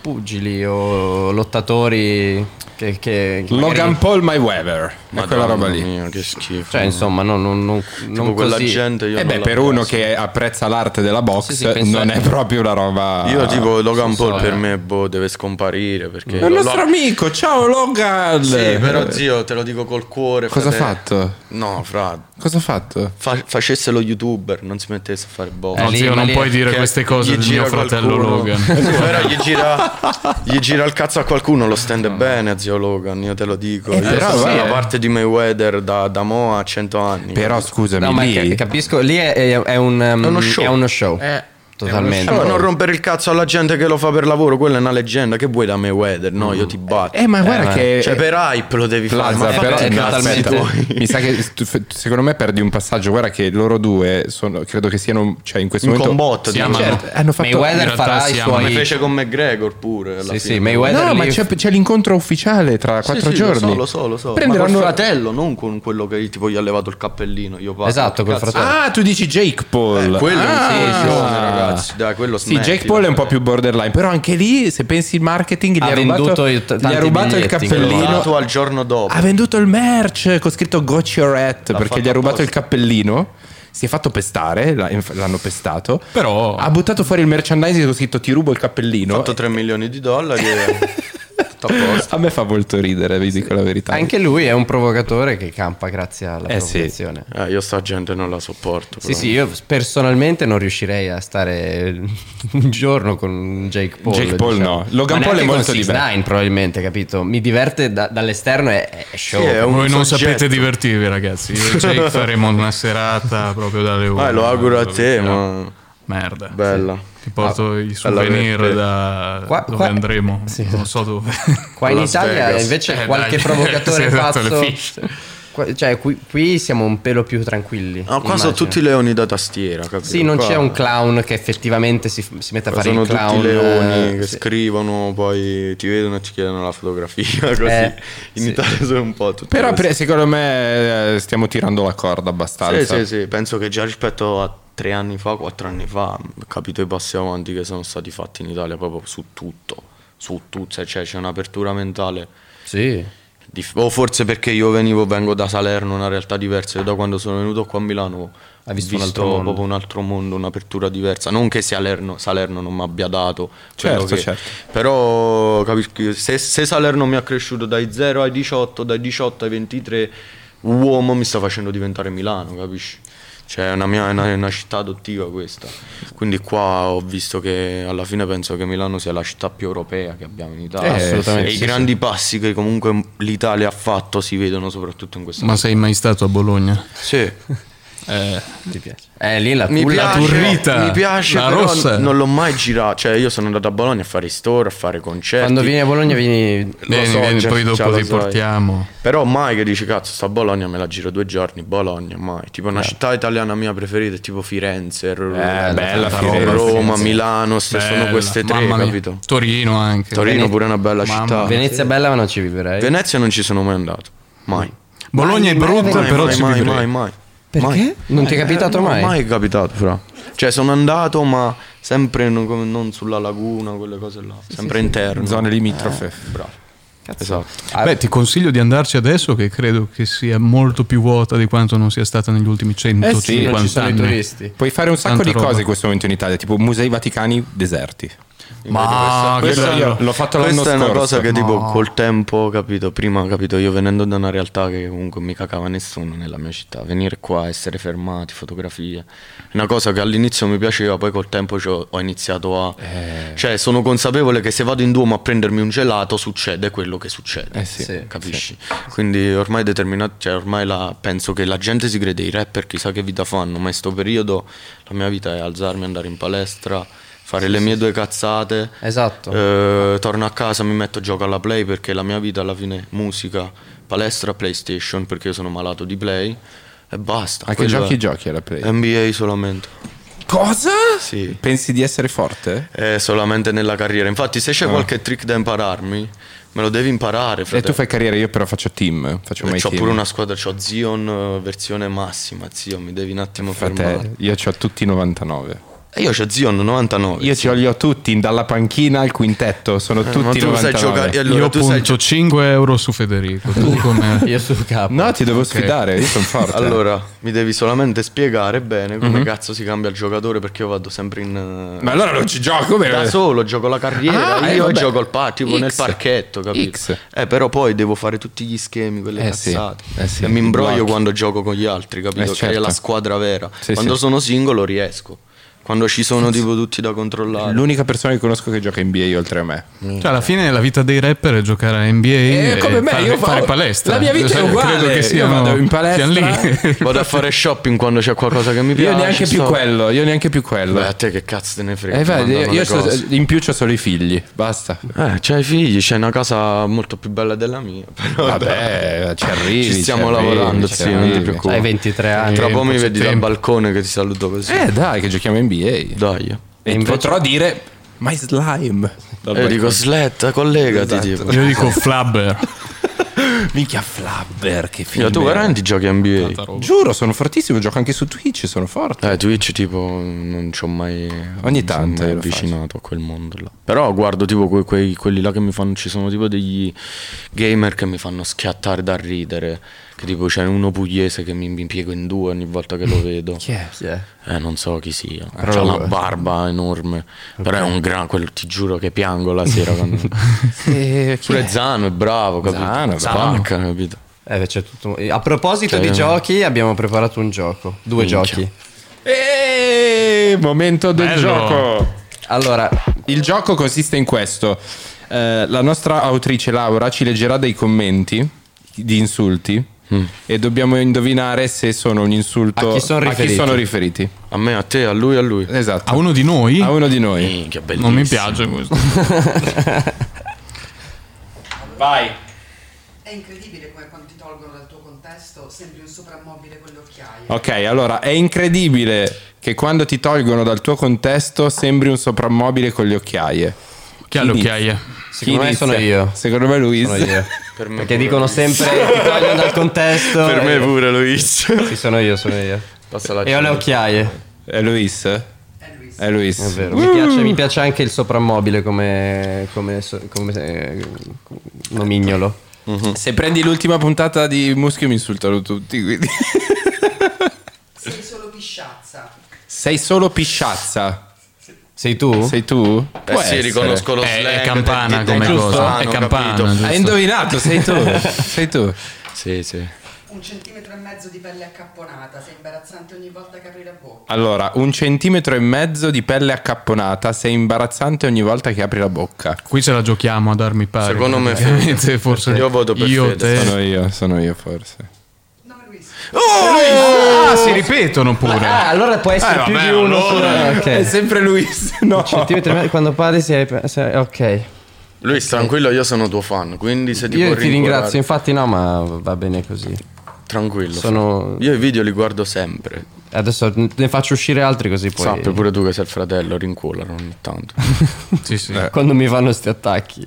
pugili o lottatori che, che- che magari-
Logan Paul My Weather, è quella
Madonna
Ecco roba lì.
mia, che schifo.
cioè insomma no, non, non,
Tipo
non
quella
così.
gente io
E
non
Eh beh,
la
per
apprezzo.
uno che apprezza l'arte della box,
Sì, sì, penso-
non è proprio una roba.
Io tipo Logan
so,
Paul
eh.
per me boh, deve scomparire perché
È un
lo-
nostro
lo-
amico, ciao Logan!
Sì, però zio, eh. te lo dico col cuore.
Eh, Cosa ha
frate.
fatto?
No, fra,
Cosa ha fatto?
fa- facesse lo youtuber, non si mettesse a fare boh.
Eh,
No,
lì,
zio,
ma
non
lì-
puoi dire
Che
queste cose
gli
del
gira
mio fratello
qualcuno.
Logan.
Però gli gira, gli gira il cazzo a qualcuno, lo stende bene, zio Logan, io te lo dico. Io
però,
sono
sì,
dalla
eh.
parte di Mayweather da, da mo a 100 anni.
Però scusami,
No, ma
lì-
ca- capisco, lì è, è- è un, um,
Eh, uno show.
è uno show. Totalmente.
Ma Cioè, non rompere il cazzo alla gente che lo fa per lavoro, quella è una leggenda. Che vuoi da Mayweather? No, io ti batto.
Eh, ma guarda
Eh,
che-
Cioè, per hype lo devi fare.
Plaza,
ma
però eh,
fatti i
no,
cazzi
aspetta,
tuoi.
mi sa che tu- f- secondo me perdi un passaggio. Guarda che loro due sono, credo che siano, cioè in questo
Un
momento
combotto,
Sì,
diciamo.
certo, hanno fatto
in
Mayweather
realtà
farà i
siamo-
Come
suoi.
fece con McGregor pure. alla
Sì,
fine.
sì, Mayweather
No, ma
lì-
c'è, c'è l'incontro ufficiale tra
Sì,
quattro
sì,
giorni.
Lo so, lo so, lo so.
Prenderanno-
Ma col fratello, non con quello che tipo gli ha levato il cappellino. Io parlo.
Esatto,
Che
col
cazzo-
fratello.
Ah, tu dici Jake Paul.
Eh, quello è un
ah,
coglione, ragazzi. Dai, quello
Sì, Jake
smettila.
Paul è un po' più borderline, però anche lì, se pensi il marketing, gli
Ha
ha, rubato,
venduto i- t-
gli ha
tanti
rubato il
biglietti,
cappellino.
Donato ah, al giorno dopo.
Ha venduto il merch con scritto Got Your Hat perché
fatto
gli ha rubato
apposta.
il cappellino. Si è fatto pestare, l'ha- inf- l'hanno pestato.
Però-
ha buttato fuori il merchandising con scritto Ti rubo il cappellino.
fatto 3 milioni di dollari. e- Tutto a posto.
A me fa molto ridere, vi dico la verità.
Anche lui è un provocatore che campa grazie alla
Eh, sì.
provocazione. Sì.
Eh, io sta gente non la sopporto.
Sì, io personalmente non riuscirei a stare un giorno con un Jake Paul.
Jake Paul
diciamo.
no. Logan
Ma
Paul è
neanche con
molto
6ix9ine, probabilmente, capito? Mi diverte da- dall'esterno e è show.
Sì, è un
Voi non
soggetto.
sapete divertirvi, ragazzi. Io e Jake faremo una serata proprio dalle ore.
Ah, lo auguro a te,
Dove-
ma
Merda.
bella. Ah,
Ti porto i
bella
souvenir
verde.
da
Qua-
dove
qua-
andremo.
sì.
Non so dove.
Qua in
Las
Italia
Vegas.
invece
Eh,
qualche
dai.
provocatore
Sì, esatto,
pazzo.
le fiche.
Qua- Cioè, qui, qui siamo un pelo più tranquilli.
No, Ah, qua sono
immagino.
tutti leoni da tastiera. Capito?
Sì, non
Qua-
c'è un clown che effettivamente si, si mette a
qua
fare
Sono
il clown.
tutti leoni
eh,
che
sì.
scrivono, poi ti vedono e ti chiedono la fotografia. Così
Eh,
in
sì.
Italia sono un po' tutti.
Però pre- secondo me eh, stiamo tirando la corda abbastanza.
Sì, sì, sì, penso che già rispetto a tre anni fa, quattro anni fa, ho capito i passi avanti che sono stati fatti in Italia proprio su tutto, su tutto, cioè c'è un'apertura mentale.
Sì.
dif- o forse perché io venivo, vengo da Salerno, una realtà diversa, e da quando sono venuto qua a Milano
Hai
ho
visto un altro mondo.
proprio un altro mondo, un'apertura diversa. Non che Salerno, Salerno non mi abbia dato, quello
Certo,
che-
certo.
però capisci, se, se Salerno mi ha cresciuto dai 0 ai 18, dai 18 ai 23, uomo mi sta facendo diventare Milano, capisci? Cioè è una, mia, è una, è una città adottiva questa. Quindi qua ho visto che alla fine penso che Milano sia la città più europea che abbiamo in Italia.
Eh, assolutamente,
E i
sì,
grandi passi che comunque l'Italia ha fatto si vedono soprattutto in questa
Ma sei mai stato a Bologna?
Sì.
Ti piace. Eh, lì la,
Mi
tu- la
piace,
turrita,
mi piace,
la
però
rossa.
non l'ho mai girato. Cioè, io sono andato a Bologna a fare i store, a fare concerti.
Quando vieni a Bologna vieni...
Lo
Vieni,
so,
vieni,
già-
poi
già
dopo
lo
ti
sai.
portiamo.
Però mai che dici cazzo sta a Bologna me la giro due giorni Bologna mai Tipo una città italiana mia preferita è tipo Firenze R-
bella
Roma,
Firenze.
Roma, Milano se sono
Bella,
queste tre
mamma mia.
capito
Torino anche.
Torino
Vene-
pure è una bella
Mamma
città
Venezia bella ma non ci vivrei.
Venezia non ci sono mai andato Mai
Bologna è brutta,
Mai,
però
mai,
ci
mai,
vivrei.
mai, mai.
Perché?
Mai.
Non ti è capitato
Eh, no,
mai?
Mai è capitato, fra. Cioè, sono andato, ma sempre non, come- non sulla laguna, quelle cose là. Sempre interno.
Zone limitrofe.
Eh, Bravo. Esatto.
Ah,
Beh, ti consiglio di andarci adesso che credo che sia molto più vuota di quanto non sia stata negli ultimi 150
Eh sì,
Ah, non ci sono
anni.
i turisti.
Puoi fare un sacco
Tanta
di
roba.
cose in questo momento in Italia, tipo musei vaticani deserti.
Ma che
Quello io
bello.
l'ho fatto l'anno
Questa è una
scorso.
cosa che tipo col tempo, capito, prima capito, io venendo da una realtà che comunque mi cacava nessuno nella mia città, venire qua, essere fermati, fotografie, è una cosa che all'inizio mi piaceva, poi col tempo ci ho, ho iniziato a...
Eh.
Cioè sono consapevole che se vado in Duomo a prendermi un gelato succede quello che succede,
Eh, sì.
Sì,
capisci? Quindi ormai determinato, cioè ormai la- penso che la gente si crede, i rapper chissà che vita fanno, ma in sto periodo la mia vita è alzarmi, andare in palestra, fare le mie due cazzate.
Esatto.
Eh, torno a casa, mi metto a gioco alla play perché la mia vita alla fine è musica, palestra, PlayStation perché io sono malato di play e basta.
Anche
Quello
giochi
è-
giochi alla play.
NBA isolamento.
Cosa?
Sì.
Pensi di essere forte?
È solamente nella carriera. Infatti se c'è qualche trick da impararmi, me lo devi
Ah.
imparare.
E tu
fratello.
fai carriera, io però faccio team. Faccio mai
C'ho
team.
pure una squadra, c'ho Zion eh, versione massima, zio, mi devi un attimo fermare.
Fratello, io ho tutti i 99.
E io c'ho Zion 99.
Io
zio.
ce li ho tutti, dalla panchina al quintetto, sono
Eh, ma
tutti i
tu
99.
sai giocare allora,
Io
tu sai
punto 5 euro su Federico. Tu come...
Io sul capo.
No, ti devo sfidare, io sono forte.
Allora, mi devi solamente spiegare bene come cazzo si cambia il giocatore perché io vado sempre in... eh,
Mhm. Ma allora non ci gioco,
da
vero?
solo gioco la carriera,
Eh. Ah, eh,
io
vabbè.
gioco al par- tipo nel
X.
parchetto, capito?
X.
Eh, però poi devo fare tutti gli schemi, quelle
Eh sì,
cazzate.
eh sì,
E mi imbroglio
blocchi.
quando gioco con gli altri, capito?
Eh,
Che è
certo.
la squadra vera.
Sì,
quando
sì.
sono singolo riesco. Quando ci sono tipo tutti da controllare.
L'unica persona che conosco che gioca in NBA oltre a me.
Cioè, alla fine la vita dei rapper è giocare a NBA
Eh,
e fare, fare palestra.
La mia vita è
Cioè,
uguale.
Credo che
io
siano,
vado in
siano
palestra.
lì.
Vado a fare shopping quando c'è qualcosa che mi piace.
Io neanche più
sto-
quello, io neanche più quello.
Beh, a te che cazzo te ne frega?
Eh,
ti
beh,
mandano
io
le
so-
cose.
in più c'ho solo i figli, basta.
Eh, c'hai figli, c'è una casa molto più bella della mia. Però
Vabbè, ci arrivi.
Ci stiamo
arrivi,
lavorando,
ci
zio, non ti
arrivi.
preoccupare.
Cioè, Hai 23 anni.
tra poco mi
c'è
vedi dal
tempo.
balcone che ti saluto così.
Eh, dai, che giochiamo NBA.
Dai.
E
invece-
potrò dire My Slime. Dal
E Eh, dico
balcone.
sletta, collegati. Tipo.
Io dico flabber.
minchia Flabber, che figlio.
Io, tu veramente giochi NBA?
Giuro, sono fortissimo, gioco anche su Twitch, sono forte.
Eh, Twitch tipo non ci ho mai non mi sono
tanto io
mai
lo
avvicinato a quel mondo là. Però guardo tipo que- quei- quelli là che mi fanno ci sono tipo degli gamer che mi fanno schiattare da ridere, che tipo c'è uno pugliese che mi mi impiego in due ogni volta che lo vedo.
Chi è? Ah,
Eh, non so chi sia. C'ha una barba enorme, però è un gran quello ti giuro che piango la sera quando
Eh, chi
Pure
è?
Zano è bravo, capito?
Zano è
Spacca, capito?
Eh, beh, c'è tutto- A proposito di
Cioè-
giochi, abbiamo preparato un gioco. Due
Minchia.
giochi.
Eh, momento del
Bello.
gioco.
Allora,
Il gioco consiste in questo. Eh, la nostra autrice Laura ci leggerà dei commenti di insulti e dobbiamo indovinare se sono un insulto
Mm. A chi sono riferiti.
sono riferiti.
A me, a te, a lui, a lui.
Esatto.
A uno di noi?
A uno di noi.
Minchia,
Eh, Non mi
bellissimo.
piace questo.
Vai.
È incredibile come quando ti tolgono dal tuo contesto sembri un soprammobile con le occhiaie.
Ok, allora è incredibile che quando ti tolgono dal tuo contesto sembri un soprammobile con le occhiaie.
Chi ha
Chi
le
inizia?
occhiaie?
secondo
Chi
me sono
inizia?
io.
Secondo me Luis.
Sono io.
Per me
Perché
pure.
dicono sempre ti togliono dal contesto.
Per me
Eh,
e-
Eh, pure, Luis.
Sì, sono io, sono io.
Passa la
E ho le
cena.
occhiaie.
È Eh, Luis?
È lui.
È Eh, Luis.
È vero. Mi piace, mi piace anche il soprammobile come, come, so- come eh, nomignolo.
Se prendi l'ultima puntata di Muschio mi insultano tutti, quindi...
Sei solo pisciazza.
Sei solo pisciazza.
Sei tu?
Sei tu?
Eh
Può
sì,
essere.
riconosco lo
Eh, È,
slang.
è campana
del- del-
come
del
cosa. È
Giussano,
campana.
capito? Eh,
Hai
giusto.
indovinato, sei tu. sei tu.
Sì, sì.
Un centimetro e mezzo di pelle accapponata. Sei imbarazzante ogni volta che apri la bocca.
Allora, un centimetro e mezzo di pelle accapponata, sei imbarazzante ogni volta che apri la bocca.
Qui ce la giochiamo a darmi pari.
Secondo me
praticamente,
Fede.
forse
Io voto per
io,
Fede.
Eh.
te.
Sono io, sono io forse.
No, Luis.
Ah, si ripetono
Ah,
pure.
allora può essere
Eh,
più
vabbè,
di uno.
allora.
solo-
Eh, È
Ok.
sempre Luis. No.
Centimetri e mezzo, quando parli sei, sei- ok.
Luis, tranquillo, io sono tuo fan, quindi se ti
Io
può
ti
rincuorare-
ringrazio, infatti no, ma va bene così.
Tranquillo.
Sono-
Io i video li guardo sempre.
Adesso ne faccio uscire altri così poi
Sappi Esatto, pure tu che sei il fratello, rincuolano ogni tanto.
Sì, sì.
Eh.
quando mi fanno sti attacchi.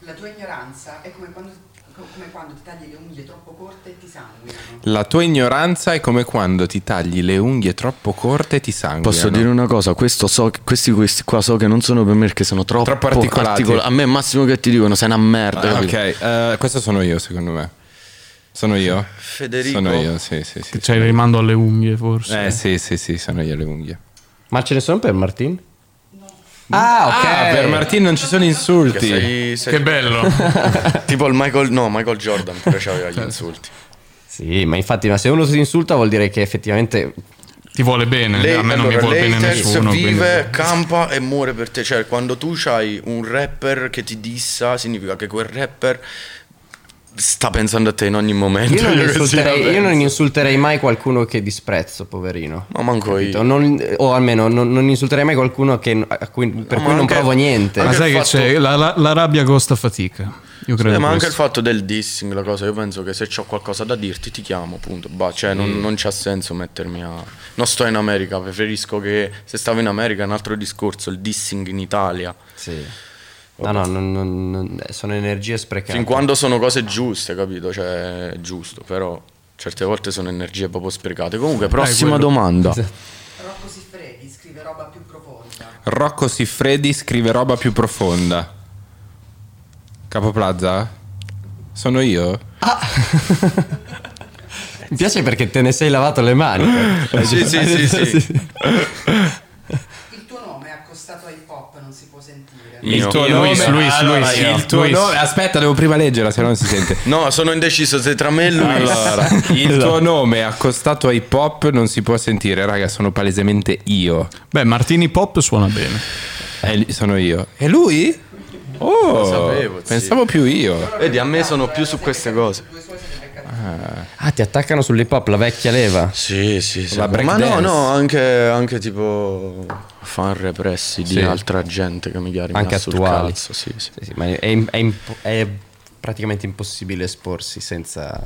La tua ignoranza è come quando, co- come quando ti tagli le unghie troppo corte e ti sanguinano.
La tua ignoranza è come quando ti tagli le unghie troppo corte e ti sanguinano.
Posso dire una cosa, questo so che- questi, questi qua so che non sono per me perché sono troppo,
Troppo articolati.
articol- A me è massimo che ti dicono, sei una merda.
Ah, ok,
capito?
eh, questo sono io secondo me. Sono io?
Federico.
Sono io, sì, sì, sì.
C'è il Cioè, rimando alle unghie, forse.
Eh sì, sì, sì, sono io le unghie.
Ma ce ne sono per Martin? Ah, ok.
Ah, per Martin non ci sono
Che
insulti.
sei, sei
Che bello.
tipo il Michael, no, Michael Jordan pure c'aveva gli insulti.
Sì, ma infatti, ma se uno si insulta vuol dire che effettivamente
Ti vuole bene. Eh, a me non mi
allora,
vuole bene
Laters
nessuno. quindi-
vive, campa e muore per te. Cioè, quando tu hai un rapper che ti dissa, significa che quel rapper sta pensando a te in ogni momento. Cioè,
Io non,
Io che sia
insulterei, io
penso.
non insulterei mai qualcuno che disprezzo, poverino.
Ma manco io.
Capito? Non- o almeno non, non insulterei mai qualcuno che- a cui- per
No,
cui
ma
non
anche- Ah.
provo niente.
Ma
Anche
sai
il
che
fatto-
c'è? La, la- la rabbia costa fatica. Io credo.
Eh, ma anche il
questo.
fatto del dissing, la cosa, io penso che se ho qualcosa da dirti ti chiamo, punto. Bah, cioè,
Mm.
non, non c'ha senso mettermi a... Non sto in America, preferisco che se stavo in America è un altro discorso, il dissing in Italia.
Sì. No, no, non- non- non- eh, sono energie sprecate.
Fin quando sono cose giuste, capito? Cioè, è giusto, però certe volte sono energie proprio sprecate. Comunque, prossima
quello-
domanda.
Rocco Siffredi scrive roba più profonda.
Rocco Siffredi scrive roba più profonda. Capoplaza? Sono io?
Mi piace perché te ne sei lavato le mani.
sì, sì, sì, sì.
Il tuo nome è accostato ai pop, non si può sentire.
Il
Mio.
tuo
Io,
nome,
Luis,
Luis,
allora,
Luis,
il
io.
tuo
Luis.
nome- aspetta, devo prima leggere, se no non si sente.
No, sono indeciso se tra me e lui.
Allora, il tuo nome accostato a hip hop non si può sentire, raga, sono palesemente io.
Beh, Martini Pop suona bene.
Eh, li- sono io. E lui? Oh,
sapevo, sì.
pensavo più io.
Vedi, a me sono più su queste cose.
Ah, ti attaccano sull'hip hop, la vecchia leva.
Sì, sì, sì.
La break
Ma no,
dance.
no, anche, anche tipo fan repressi di altra gente che mi chiari mi
Anche
ha sul
attuali.
cazzo, sì, sì.
Sì, sì, ma è, im- è imp- è praticamente impossibile esporsi senza,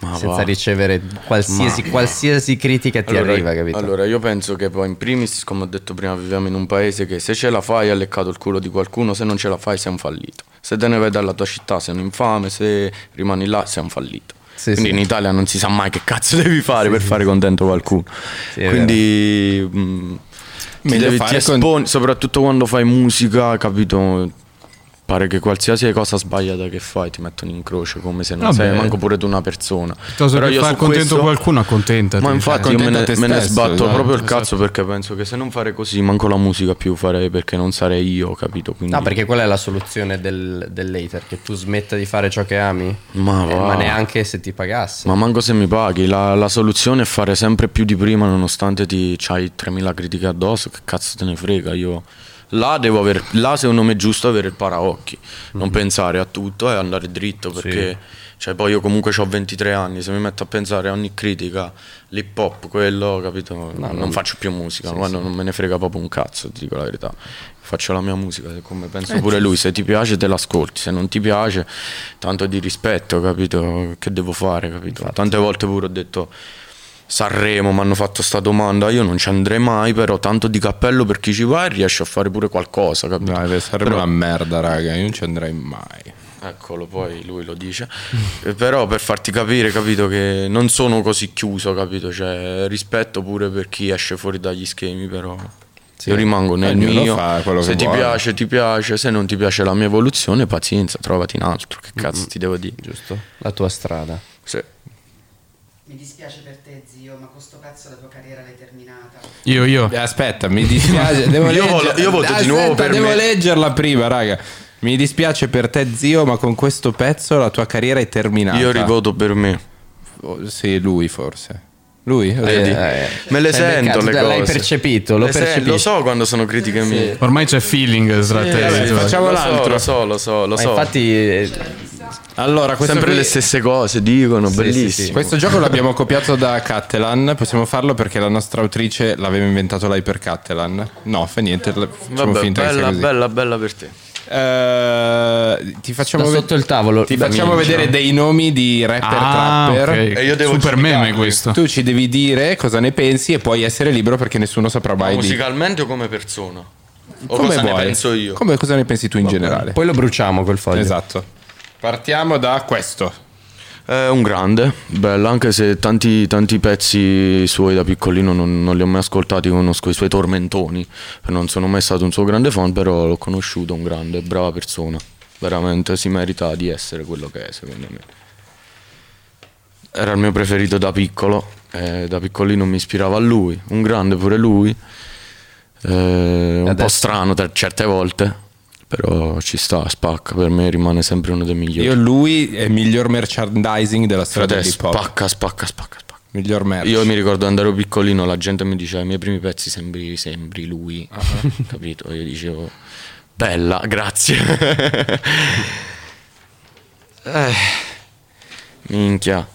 Ma
senza
va.
ricevere qualsiasi, qualsiasi critica ti arriva, capito?
allora, io penso che poi in primis, come ho detto prima, viviamo in un paese che se ce la fai hai leccato il culo di qualcuno, se non ce la fai sei un fallito. Se te ne vai dalla tua città sei un infame, se rimani là sei un fallito.
Sì,
Quindi
sì.
in Italia non si sa mai che cazzo devi fare per fare contento qualcuno.
Sì, è
Quindi mh, ti
Meglio
devi- ti
fare con-
esponi, soprattutto quando fai musica, capito? Pare che qualsiasi cosa sbagliata che fai ti mettono in croce come se non
Vabbè.
sei manco pure tu una persona.
Piuttosto che far contento qualcuno, accontentati.
Ma infatti io me
Accontenta
ne,
te
me ne
stesso,
sbatto
esatto.
proprio il cazzo perché penso che se non fare così manco la musica più farei perché non sarei io, capito? Quindi...
Mm.
No, perché qual è la soluzione del, dell'hater? Che tu smetta di fare ciò che ami?
Ma
Eh,
va.
ma neanche se ti pagasse.
Ma manco se mi paghi, la, la soluzione è fare sempre più di prima nonostante ti c'hai 3000 critiche addosso, che cazzo te ne frega, io là devo avere, là secondo me è giusto avere il paraocchi,
Mm-hmm.
non pensare a tutto e andare dritto perché cioè, poi io comunque ho 23 anni, se mi metto a pensare a ogni critica, l'hip hop, quello, capito, non, faccio più musica, guarda, non me ne frega proprio un cazzo, ti dico la verità. Faccio la mia musica, come penso pure lui, se ti piace te l'ascolti, se non ti piace tanto di rispetto, capito? Che devo fare, capito? Tante volte pure ho detto Sanremo mi hanno fatto sta domanda, io non ci andrei mai, però tanto di cappello per chi ci va e riesce a fare pure qualcosa, capito?
No, deve sarebbe una merda, raga, io non ci andrei mai.
Eccolo, poi lui lo dice. Eh, Però per farti capire, capito, che non sono così chiuso, capito? Cioè, rispetto pure per chi esce fuori dagli schemi, però. Io rimango nel
Ognuno
mio.
fa quello
se
che
ti
vuole.
piace, ti piace. Se non ti piace la mia evoluzione, pazienza, trovati in altro. Che cazzo ti devo dire?
Giusto? La tua strada.
Sì.
Mi dispiace per te, zio, ma con sto cazzo la tua carriera l'hai terminata.
Cioè, Io, io.
Eh, Aspetta, mi dispiace. Devo
Io
leggerla.
volo- io voto di nuovo
Aspetta,
per
devo
me.
leggerla prima, raga. Mi dispiace per te, zio, ma con questo pezzo la tua carriera è terminata.
Io rivoto per me.
Oh, Sì, lui forse. Lui? Ho
Vedi?
detto.
Me le
Sei
sento
beccato,
le
dai,
cose.
l'hai percepito, lo
Le sen-
percepisci.
Lo so quando sono critiche mie.
Ormai c'è feeling tra
Eh,
te.
vabbè,
cioè.
facciamo
lo so,
l'altro.
Lo so, lo so, lo
Ma
so.
infatti, eh,
Allora, questo
Sempre
qui-
le stesse cose dicono, bellissimo.
sì.
Questo gioco l'abbiamo copiato da Catalan. Possiamo farlo perché la nostra autrice l'aveva inventato lei per Catalan. No, fa niente. la- Facciamo
Vabbè,
finta che sia
bella,
così.
bella, bella per te.
Eh, ti facciamo,
Da
ve-
sotto il tavolo,
ti
da
facciamo
minchia.
vedere dei nomi di rapper
Ah,
trapper.
ok.
E io devo
Super meme
giudicarli.
questo.
Tu ci devi dire cosa ne pensi e puoi essere libero perché nessuno saprà mai di
Musicalmente o come persona? O
come
cosa
vuoi.
ne penso io?
Come cosa ne pensi tu in generale?
poi lo bruciamo quel foglio.
Esatto. Partiamo da questo.
È Eh, un grande, bello, anche se tanti, tanti pezzi suoi da piccolino non, non li ho mai ascoltati, conosco i suoi tormentoni, non sono mai stato un suo grande fan, però l'ho conosciuto, un grande, brava persona, veramente si merita di essere quello che è secondo me. Era il mio preferito da piccolo, eh, da piccolino mi ispirava a lui, un grande pure lui, eh, un po'
Adesso-
strano da certe volte, però ci sta, spacca, per me rimane sempre uno dei migliori.
Io lui è il miglior merchandising della storia
Frate,
del hip hop.
spacca, spacca, spacca, spacca.
Miglior merch.
Io mi ricordo quando ero piccolino, la gente mi diceva i miei primi pezzi sembri, sembri lui, capito? Io dicevo, bella, grazie. Eh, minchia.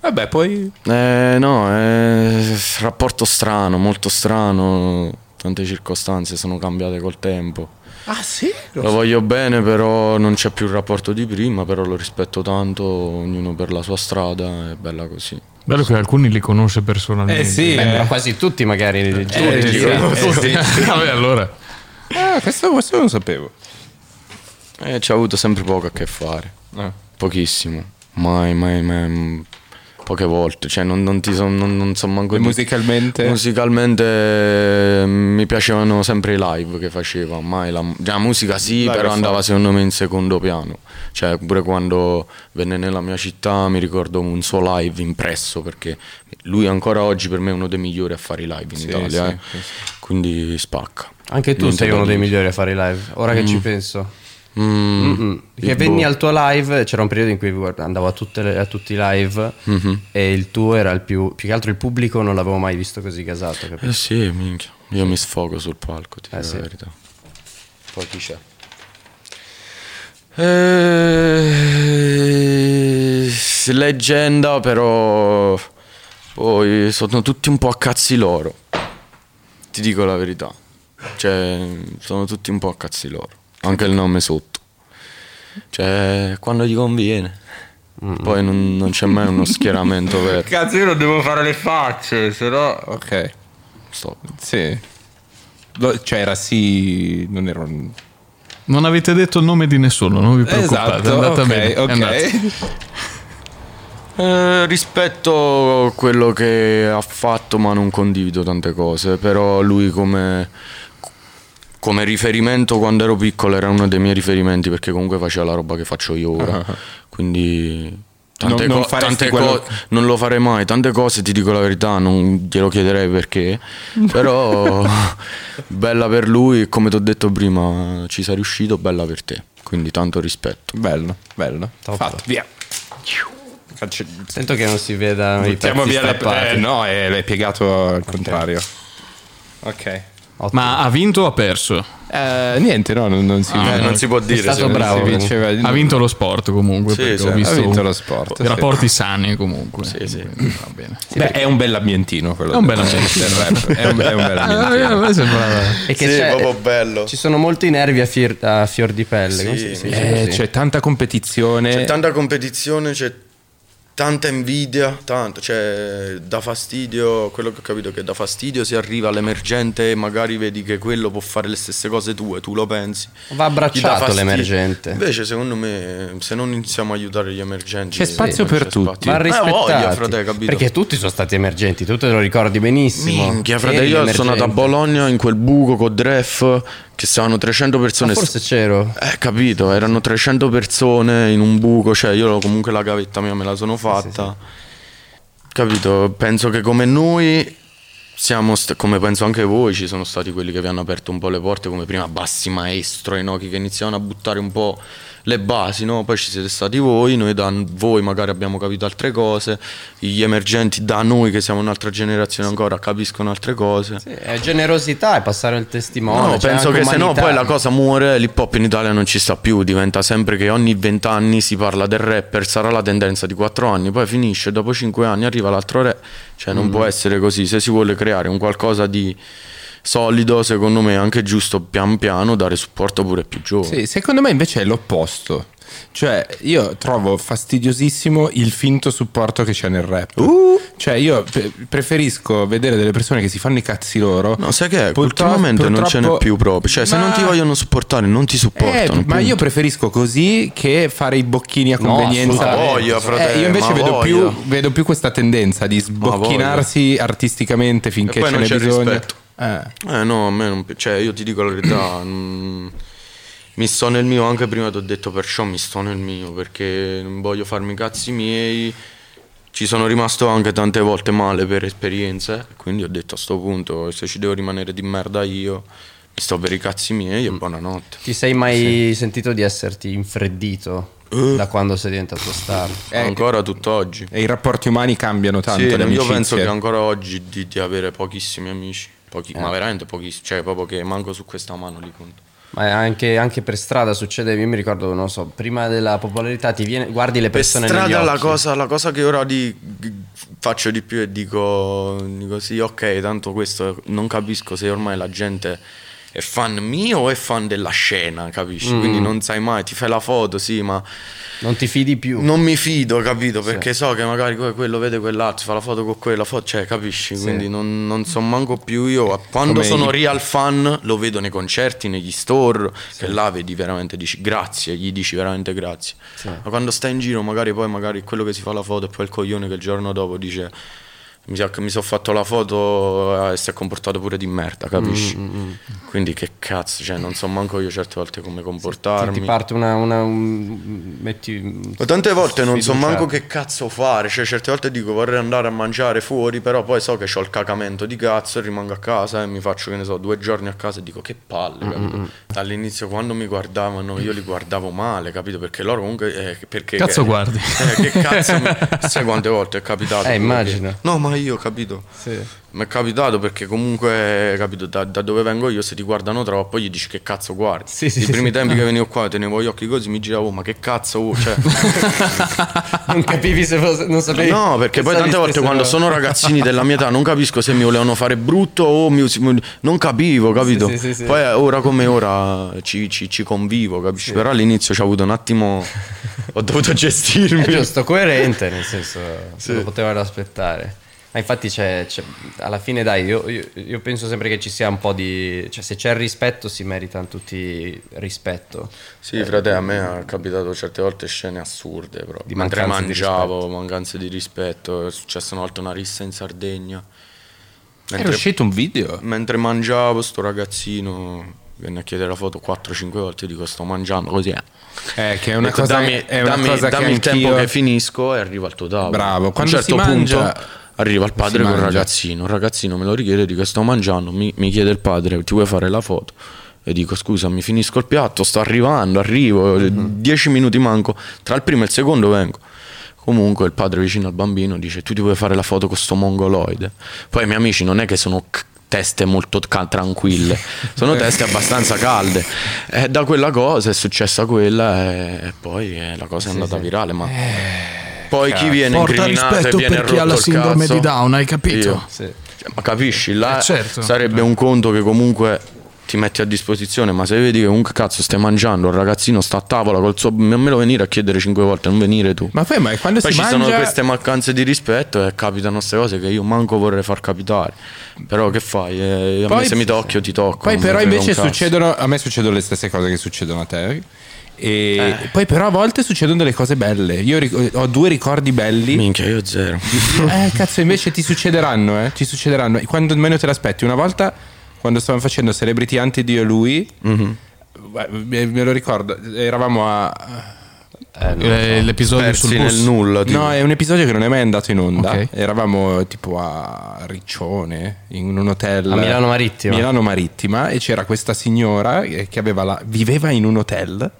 Vabbè, poi
Eh, no, eh, rapporto strano, molto strano, tante circostanze sono cambiate col tempo.
Ah, sì?
Lo voglio bene, però non c'è più il rapporto di prima, però lo rispetto tanto, ognuno per la sua strada, è bella così.
Bello che alcuni li conosce personalmente.
Mm.
Eh sì,
Beh, ma
eh.
quasi tutti magari li leggiamo.
Eh, sì, eh, sì.
Vabbè, allora.
Ah, questo, questo non lo sapevo.
Eh, ci ha avuto sempre poco a che fare.
Eh.
Pochissimo. Mai, mai, mai. mm, Poche volte. Cioè, non, non ti so, non, non so manco.
E
di-
musicalmente?
Musicalmente eh, mi piacevano sempre i live che faceva. Mai la, cioè, la musica sì, però andava secondo me in secondo piano. Cioè, pure quando venne nella mia città mi ricordo un suo live impresso perché lui ancora oggi per me è uno dei migliori a fare i live in Italia. eh. Quindi spacca.
Anche tu
Niente
sei
da
uno dei
dire.
migliori a fare i live, ora
Mm.
che ci penso.
Mm.
Mm-mm. Che
Boh.
venni al tuo live, c'era un periodo in cui guarda- andavo a, tutte le- a tutti i live
Mm-hmm.
e il tuo era il più... Più che altro il pubblico non l'avevo mai visto così gasato, capito?
Eh sì, minchia. Io mi sfogo sul palco, ti dico
sì.
la verità. Poi chi c'è? Eh, leggenda, però. Poi sono tutti un po' a cazzi loro. Ti dico la verità. Cioè, sono tutti un po' a cazzi loro. Anche il nome sotto. Cioè, quando gli conviene. Poi non, non c'è mai uno schieramento vero.
Cazzo, io non devo fare le facce, se no. Ok.
Stop.
Sì. Lo- Cioè, era sì. Non era un.
Non avete detto il nome di nessuno, non vi preoccupate, è
Esatto,
andata
ok,
bene. è
ok.
andata.
Eh, rispetto a quello che ha fatto, ma non condivido tante cose, però lui come, come riferimento quando ero piccolo era uno dei miei riferimenti perché comunque faceva la roba che faccio io ora, quindi tante
Ah. Non- non
co-
faresti
tante
quello-
co- non lo farei mai, tante cose ti dico la verità, non glielo chiederei perché, però bella per lui, e come ti ho detto prima, ci sei riuscito, bella per te, quindi tanto rispetto.
Bello, bello.
Top.
Fatto, via. Faccio...
Sento che non si veda i
Buttiamo
pezzi
via le.
strappati.
Eh, no, eh, l'hai piegato al contrario. Ok.
Ottimo.
Ma ha vinto o ha perso?
Eh, niente, no, non, non si
Eh, non si può dire.
stato
se-
bravo.
si vinceva-
Ha vinto lo sport comunque,
Sì,
perché
sì,
ho
ha
visto
vinto lo sport, sì.
Rapporti sani comunque.
Sì, sì.
Quindi va bene.
Beh, è un bell'ambientino quello.
È un
del-
bell'ambientino.
del rap. È un, è un
Ah,
Eh, a
bell'ambientino.
me sembrava-
E che c'è-
bello.
Ci sono molti nervi a, fior, a fior di pelle. come si dice?
Eh, c'è tanta competizione.
Eh.
C'è tanta competizione, c'è tanta invidia, tanto, cioè da fastidio, quello che ho capito è che da fastidio si arriva all'emergente e magari vedi che quello può fare le stesse cose tue, tu lo pensi.
Va abbracciato
Gli dà fastidio.
l'emergente.
Invece secondo me se non iniziamo a aiutare gli emergenti
C'è spazio
non
per
c'è
tutti.
spazio.
Ma
Eh, voglia,
rispettati
frate, capito?
perché tutti sono stati emergenti, tu te lo ricordi benissimo.
Minchia, frate,
Eri
io sono
emergente.
andato a Bologna in quel buco con Dref che stavano 300 persone.
Ma forse c'ero.
Eh, capito, erano 300 persone in un buco, cioè io comunque la gavetta mia me la sono fatta. Capito, penso che come noi siamo, st- come penso anche voi, ci sono stati quelli che vi hanno aperto un po' le porte, come prima Bassi Maestro, e Inoki che iniziavano a buttare un po' le basi, no? Poi ci siete stati voi, noi da voi magari abbiamo capito altre cose, gli emergenti da noi che siamo un'altra generazione ancora capiscono altre cose.
Sì, è Eh, generosità e passare il testimone.
No,
cioè
penso
anche
che se no
umanità.
poi la cosa muore, l'hip hop in Italia non ci sta più, diventa sempre che ogni vent'anni si parla del rapper, sarà la tendenza di quattro anni, poi finisce, dopo cinque anni arriva l'altro re, cioè
Mm.
non può essere così, se si vuole creare un qualcosa di solido, secondo me è anche giusto pian piano dare supporto pure ai più giovani.
Sì, secondo me invece è l'opposto. Cioè, io trovo fastidiosissimo il finto supporto che c'è nel rap.
Uh!
Cioè, io pe- preferisco vedere delle persone che si fanno i cazzi loro.
No, sai che è?
Purtro-
ultimamente non ce n'è
purtroppo-
più proprio, cioè se non ti
Ma-
vogliono supportare non ti
Eh,
supportano.
ma
punto.
io preferisco così che fare i bocchini a
No,
convenienza.
assolutamente. Ma voglia, frate,
Eh, io invece
ma
vedo
voglia.
più, vedo più questa tendenza di sbocchinarsi artisticamente finché
E poi
ce
non
n'è
c'è
bisogno.
rispetto.
Eh.
Eh no, a me non pi- Cioè, io ti dico la verità. mm, mi sto nel mio, anche prima ti ho detto perciò mi sto nel mio, perché non voglio farmi i cazzi miei. Ci sono rimasto anche tante volte male per esperienze, quindi ho detto a sto punto, se ci devo rimanere di merda io, mi sto per i cazzi miei e buonanotte.
Ti sei mai sentito di esserti infreddito
Eh.
da quando sei diventato star?
Ancora tutt'oggi.
E i rapporti umani cambiano tanto.
Sì,
le
io
amicizie.
penso che ancora oggi di, di avere pochissimi amici, pochi- ma veramente pochissimi, cioè proprio che manco su questa mano li conto.
Ma anche, anche per strada succedeva, io mi ricordo, non so, prima della popolarità ti viene, guardi le
per
persone negli
strada
occhi.
la cosa, la cosa che ora di- faccio di più è dico, dico sì ok tanto questo non capisco se ormai la gente è fan mio o è fan della scena capisci
Mm.
quindi non sai mai ti fai la foto sì ma
Non ti fidi più.
non mi fido capito perché so che magari que- quello vede quell'altro fa la foto con quella foto cioè capisci quindi non, non so manco più io quando
Come
sono
i-
real fan lo vedo nei concerti negli store che là vedi veramente dici grazie gli dici veramente grazie ma quando stai in giro magari poi magari quello che si fa la foto e poi il coglione che il giorno dopo dice Mi sa che mi sono fatto la foto eh, e si è comportato pure di merda, capisci? Quindi che cazzo, cioè non so manco io certe volte come comportarmi.
Ti parte una. una un- metti.
Ma tante volte non so
sfiduciato.
manco che cazzo fare, cioè certe volte dico vorrei andare a mangiare fuori, però poi so che ho il cacamento di cazzo e rimango a casa e mi faccio, che ne so, due giorni a casa e dico che
Mm,
palle, capito? All'inizio quando mi guardavano io li guardavo male, capito? Perché loro comunque... eh, perché,
Cazzo
eh,
guardi.
eh, che cazzo... mi- Sai quante volte è capitato?
Eh, immagino.
No, ma io, capito? Mi è capitato perché comunque, capito, da, da dove vengo io, se ti guardano troppo, gli dici che cazzo guardi.
Sì, sì,
I
sì,
primi tempi che venivo qua, tenevo gli occhi così, mi giravo, ma che cazzo vuoi? Cioè,
Non capivi se fosse- non sapevi.
no, perché poi
pensavi
tante volte
stesse
quando
loro.
sono ragazzini della mia età non capisco se mi volevano fare brutto o mi, mi- non capivo, capito?
Sì, sì, sì, sì.
Poi eh, ora come ora ci, ci- ci convivo, capisci? Però all'inizio ci ho avuto un attimo, ho dovuto gestirmi.
È giusto, coerente, nel senso, se lo potevano aspettare. Ma infatti c'è, c'è- alla fine dai, io, io- io penso sempre che ci sia un po' di... Cioè se c'è il rispetto si meritano tutti rispetto.
Sì, frate, a me è capitato certe volte scene assurde proprio.
Di
Mentre
mancanza di
mangiavo, mancanze di rispetto. È successa una volta una rissa in Sardegna.
Era
Mentre,
uscito un video.
mentre mangiavo, sto ragazzino venne a chiedere la foto 4-5 volte. Io dico, sto mangiando così. eh.
Eh, che è una
Ho detto,
cosa,
dammi,
è una
dammi-
cosa
dammi
che
il tempo
anch'io-
che finisco e arriva al tuo tavolo.
Bravo,
A un
quando
certo
si mangia-
punto arriva il padre
si
con il
mangia.
ragazzino. Il ragazzino me lo richiede, dico, sto mangiando. Mi, mi chiede il padre, ti vuoi fare la foto? E dico, scusa, mi finisco il piatto, sto arrivando, arrivo, eh,
Mhm.
dieci minuti manco. Tra il primo e il secondo vengo. Comunque il padre vicino al bambino dice, tu ti vuoi fare la foto con sto mongoloide? Poi i miei amici non è che sono... c- Teste molto ca- tranquille, sono teste abbastanza calde. E da quella cosa è successa quella, e, e poi eh, la cosa è andata virale.
Eh,
Ma poi chi viene
Porta
incriminato
rispetto
e viene
per chi
rotto
ha la
il
sindrome
cazzo?
di Down, hai capito?
Io. Cioè, ma capisci, là
Eh, certo.
sarebbe un conto che comunque ti metti a disposizione, ma se vedi che comunque cazzo stai mangiando, il ragazzino sta a tavola col suo non me lo venire a chiedere cinque volte, non venire tu.
Ma poi, ma quando
Poi
si
ci
mangia...
sono queste mancanze di rispetto e capitano queste cose che io manco vorrei far capitare. Però che fai? Eh, a me
Poi-
se mi tocchio ti tocco.
Poi
non
però
mi frega
invece
un cazzo.
succedono, a me succedono le stesse cose che succedono a te. E
Eh.
poi però a volte succedono delle cose belle. Io ric- ho due ricordi belli.
Minchia, io zero.
Eh, cazzo, invece ti succederanno, eh? Ti succederanno. Quando meno te l'aspetti. Una volta, quando stavamo facendo Celebrity Anti Dio e lui,
Mhm.
beh, me me lo ricordo, eravamo a...
Eh, L'episodio sul
Persi
bus.
nel nulla. tipo.
No, è un episodio che non è mai andato in onda.
Ok.
Eravamo tipo a Riccione, in un hotel.
A Milano Marittima.
Milano Marittima, e c'era questa signora eh, che aveva la- viveva in un hotel.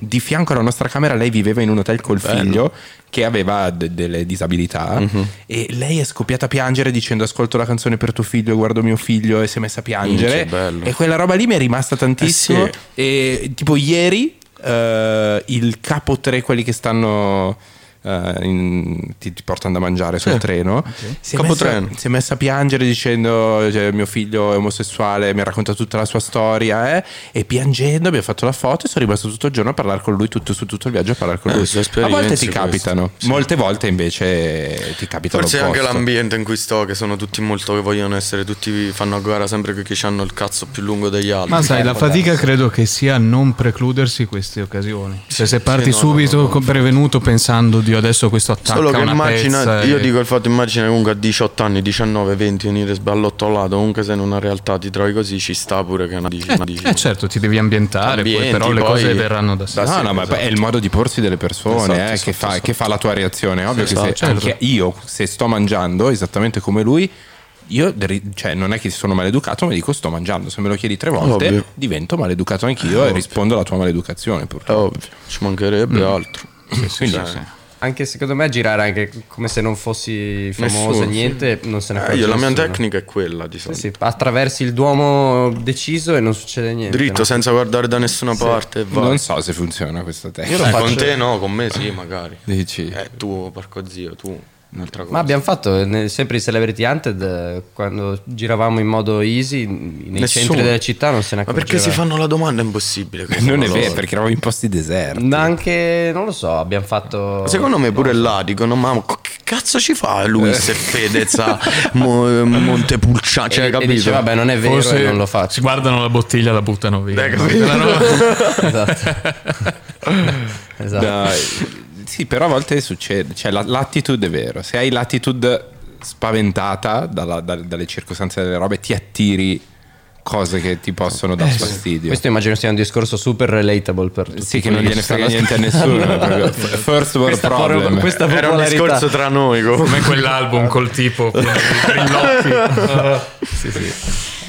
Di fianco alla nostra camera, lei viveva in un hotel col figlio che aveva de- delle disabilità. E lei è scoppiata a piangere dicendo: Ascolto la canzone per tuo figlio, guardo mio figlio, e si è messa a piangere.
Minchia, bello.
E quella roba lì mi è rimasta tantissimo.
Eh sì.
E tipo ieri eh, il capo 3, quelli che stanno. eh, in- ti, ti portano da mangiare sul treno si, è
Capo
messa,
treno.
si è messa a piangere dicendo cioè, mio figlio è omosessuale mi ha raccontato tutta la sua storia eh, e piangendo abbiamo fatto la foto e sono rimasto tutto il giorno a parlare con lui tutto, su tutto il viaggio a parlare con
Eh,
lui
sono
a
esperienze
volte ti
queste.
capitano
Sì.
molte volte invece ti capitano
Forse è anche
l'opposto.
l'ambiente in cui sto, che sono tutti molto che vogliono essere, tutti fanno a gara sempre che chi hanno il cazzo più lungo degli altri. Eh.
Ma sai, la fatica credo che sia non precludersi queste occasioni. Cioè, se parti
no,
subito con- prevenuto pensando di adesso questo attacca
Solo che
una
immagina,
pezza
io
e-
dico il fatto, immagina comunque a 18 anni, 19, 20, venire sballottolato, comunque se in una realtà ti trovi così ci sta pure che è una dici. una dici.
Eh certo, ti devi ambientare, poi,
Ambienti,
però le cose
poi-
verranno da sé.
da
No,
sé,
no, ma
esatto.
è il modo di porsi delle persone
Esatto,
eh,
esatto,
che, fa,
esatto.
che fa la tua reazione. Ovvio che se,
Esatto, certo.
anche io, se sto mangiando esattamente come lui, io dri- cioè, non è che sono maleducato, ma dico sto mangiando. Se me lo chiedi tre volte,
Ovvio.
divento maleducato anch'io e rispondo alla tua maleducazione.
È
Purtroppo.
Eh, ovvio, ci mancherebbe altro.
Quindi,
Anche secondo me girare anche come se non fossi famoso,
Nessuno, sì.
niente, non se ne
Eh,
accorge
io la mia
nessuno.
tecnica è quella di
Sì,
solito.
sì, attraversi il Duomo deciso e non succede niente.
Dritto,
no?
senza guardare da nessuna parte. Vai.
non so se funziona questa
Io
tecnica.
lo
Eh,
faccio.
con te no, con me sì magari.
Dici?
Eh, tu, porco zio, tu, un'altra cosa.
Ma abbiamo fatto eh, ne- sempre i Celebrity Hunted eh, quando giravamo in modo easy nei
Nessuno.
centri della città non se ne
Ma
accorgeva.
perché si fanno la domanda? È impossibile. che
Non
fanno
è vero,
loro.
perché eravamo in posti deserti.
Ma Anche, non lo so, abbiamo fatto...
Secondo me pure là dicono, ma co- che cazzo ci fa lui se Fedez a Mo- Montepulciano? Cioè,
e, e
capito?
dice vabbè non è vero e non lo
si
faccio.
guardano la bottiglia e la buttano via.
Eh, capito?
esatto. esatto.
Dai. Sì, però a volte succede. Cioè, la- l'attitude è vero. Se hai l'attitude spaventata dalla- da- dalle circostanze delle robe, ti attiri cose che ti possono dar fastidio.
Questo immagino sia un discorso super relatable per tutti.
Sì, che non
quelli
gliene frega
stanno
niente a nessuno.
ascoltando.
proprio. First world
Questa,
problem.
por- questa
Era un
popolarità.
discorso tra noi comunque.
Come quell'album col tipo pieno di brillocchi.
Eh,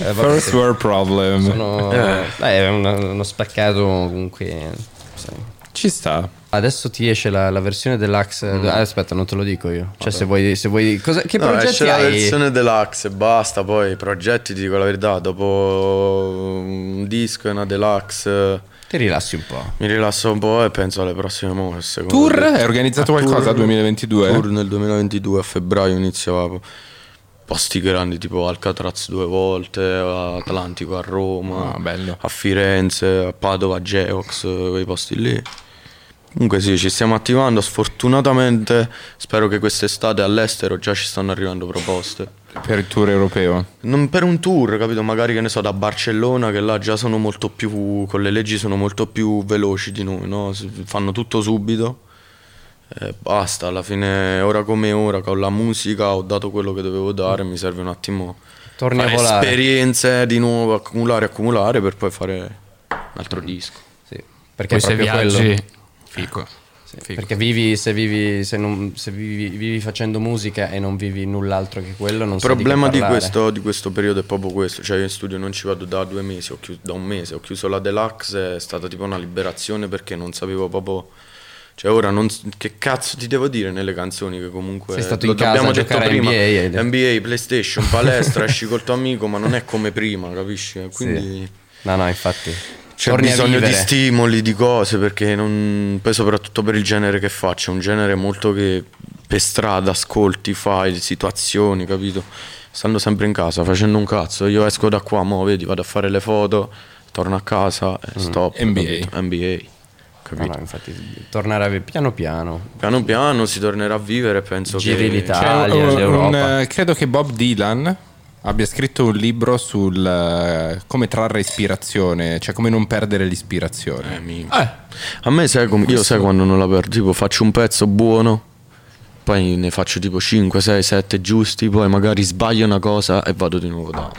vabbè,
First
sì.
world problem.
Sono- Beh, è una- uno spaccato comunque. sai.
Ci sta.
Adesso ti esce la, la versione deluxe. Ah, aspetta, non te lo dico io. Cioè, se vuoi, se vuoi cosa- che
Mm. No,
progetti
esce la
hai?
versione deluxe e basta. Poi i progetti, ti dico la verità, dopo un disco e una deluxe
Ti rilassi un po'.
mi rilasso un po' e penso alle prossime mosse. come
Tour?
ho detto.
Hai organizzato qualcosa
Tour-
2022?
Tour nel 2022 a febbraio iniziava posti grandi tipo Alcatraz due volte, Atlantico a Roma,
Ah, bello.
a Firenze, a Padova, a Geox, quei posti lì. Comunque sì, ci stiamo attivando, sfortunatamente spero che quest'estate all'estero già ci stanno arrivando proposte.
Per il tour europeo.
Non per un tour, capito? Magari che ne so, da Barcellona, che là già sono molto più. con le leggi sono molto più veloci di noi, no? Si- Fanno tutto subito. E basta, alla fine, ora come ora, con la musica ho dato quello che dovevo dare, mi serve un attimo.
Torni a
fare
volare.
esperienze di nuovo, accumulare, accumulare per poi fare un altro disco.
Sì, perché
Poi
è
se
proprio
viaggi,
quello.
Fico.
Sì, Perché vivi, se, vivi, se, non, se vivi, vivi facendo musica e non vivi null'altro che quello, non
Il
sai
problema
di,
di
che parlare.
questo, di questo periodo è proprio questo, cioè io in studio non ci vado da due mesi, ho chiuso, da un mese, ho chiuso la deluxe, è stata tipo una liberazione perché non sapevo proprio, cioè ora non s- che cazzo ti devo dire nelle canzoni che comunque...
Sei stato
lo
in casa
abbiamo
a
detto
giocare a
prima,
NBA, hai detto.
NBA, PlayStation, palestra, esci col tuo amico, ma non è come prima, capisci? Quindi...
No, no, infatti.
C'è
Torni a
bisogno di
vivere.
stimoli, di cose, perché non... poi soprattutto per il genere che faccio, è un genere molto che per strada ascolti, fai, situazioni, capito? Stando sempre in casa, facendo un cazzo, io esco da qua, mo vedi, vado a fare le foto, torno a casa e
Mm.
stop.
NBA.
capito? NBA,
No,
capito?
no, infatti, tornare a vi- piano piano.
Piano piano si tornerà a vivere, penso che...
Giri
Cioè,
l'Italia.
C'è un-
Italia,
un-
l'Europa.
un, eh, credo che Bob Dylan abbia scritto un libro sul eh, come trarre ispirazione, cioè come non perdere l'ispirazione.
Eh, mi- A me sai com- io sai quando non la perdo, tipo faccio un pezzo buono, poi ne faccio tipo 5, 6, 7 giusti, poi magari sbaglio una cosa e vado di nuovo da...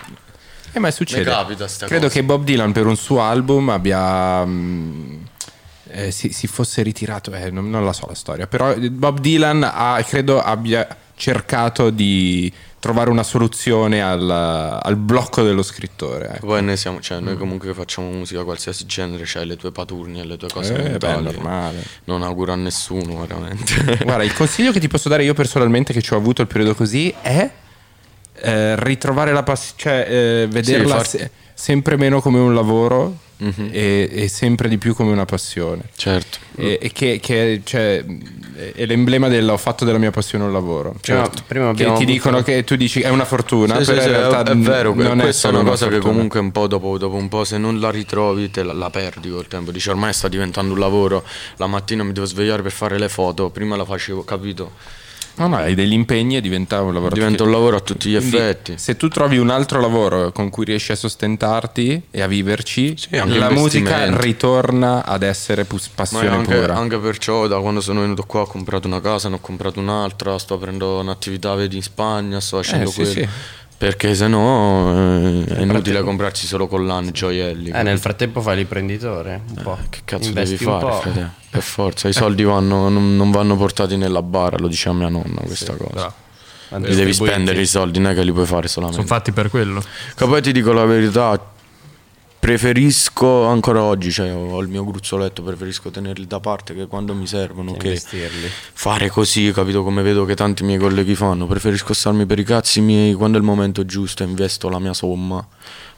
Eh, ma succede.
Mi capita sta
Credo
cosa.
che Bob Dylan per un suo album abbia. mm, eh, si, si fosse ritirato, eh, non, non la so la storia, però eh, Bob Dylan ha- credo abbia cercato di trovare una soluzione al, al blocco dello scrittore. ecco.
Poi noi siamo, cioè noi comunque che facciamo musica qualsiasi genere, c'hai le tue paturnie, le tue cose
Eh, beh, è
mentali.
normale.
Non auguro a nessuno veramente.
Guarda, il consiglio che ti posso dare io personalmente, che ci ho avuto il periodo così, è eh, ritrovare la passione, cioè eh, vederla
far-
se- sempre meno come un lavoro
Mhm.
e, e sempre di più come una passione.
certo.
E, e che, che, cioè, mh, è l'emblema del ho fatto della mia passione un lavoro.
Cioè,
Prima-
Certo.
prima
che ti
abbiamo avuto-
dicono che tu dici è una fortuna,
Sì, sì,
però
sì,
in realtà
è, è vero,
non è
questa è
solo
una cosa che
fortuna.
comunque un po' dopo, dopo un po' se non la ritrovi te la, la perdi col tempo, dici ormai sta diventando un lavoro, la mattina mi devo svegliare per fare le foto, prima la facevo, capito?
No, no, hai degli impegni e diventa un lavoro. a
Diventa
tutti-
un lavoro a tutti gli
Quindi,
effetti.
Se tu trovi un altro lavoro con cui riesci a sostentarti e a viverci,
Sì, anche
la musica
investimento.
ritorna ad essere pus-
Ma è
passione
anche,
pura.
anche perciò da quando sono venuto qua ho comprato una casa, ne ho comprato un'altra, sto aprendo un'attività vedi, in Spagna, sto
Eh,
facendo
sì,
quello.
sì.
Perché se no eh, è inutile comprarci solo collane, gioielli.
Eh, nel frattempo fai l'imprenditore. Un po'.
Eh, Che cazzo
Investi
devi
un
fare?
po'.
frate? Per forza, i soldi vanno- non, non vanno portati nella bara, lo diceva mia nonna questa cosa. Li devi spendere i soldi, non è che li puoi fare solamente.
Sono fatti per quello.
Che poi ti dico la verità, preferisco ancora oggi, cioè ho il mio gruzzoletto, preferisco tenerli da parte che quando mi servono, che
Investirli.
fare così, capito come vedo che tanti miei colleghi fanno, preferisco starmi per i cazzi miei quando è il momento giusto, investo la mia somma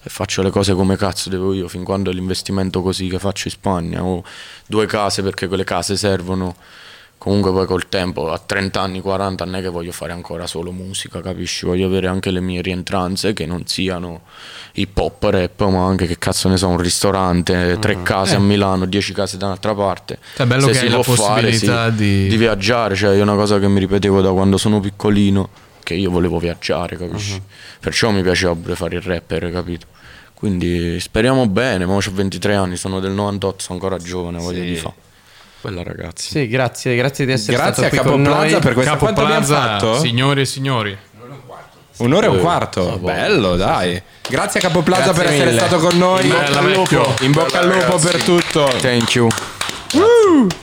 e faccio le cose come cazzo devo io, fin quando è l'investimento così che faccio in Spagna, ho due case perché quelle case servono. Comunque poi col tempo, a 30 anni, 40 non è che voglio fare ancora solo musica, capisci? Voglio avere anche le mie rientranze che non siano hip hop, rap, ma anche che cazzo ne so, un ristorante, tre case a Milano, dieci case da un'altra parte.
Mm. Eh. Cioè, è bello
Se
che
si
hai la
può fare,
possibilità
sì.
di-
viaggiare, cioè è una cosa che mi ripetevo da quando sono piccolino, che io volevo viaggiare, capisci? Perciò mi piaceva pure fare il rapper, capito? Quindi speriamo bene, ma ho 23 anni, sono del 98, sono ancora giovane, voglio di fa. Bella ragazzi.
Sì, grazie, grazie di essere
Grazie a Capo
stato qui con
Plaza
noi.
per questa
Capo
quanto abbiamo
Plaza,
fatto?
signore e signori.
Un'ora e
Eh,
un
ah,
quarto,
boh.
bello, dai. Grazie a Capoplaza per essere stato con noi. In bocca al lupo, in bocca al lupo per tutto.
Thank you.
Uh!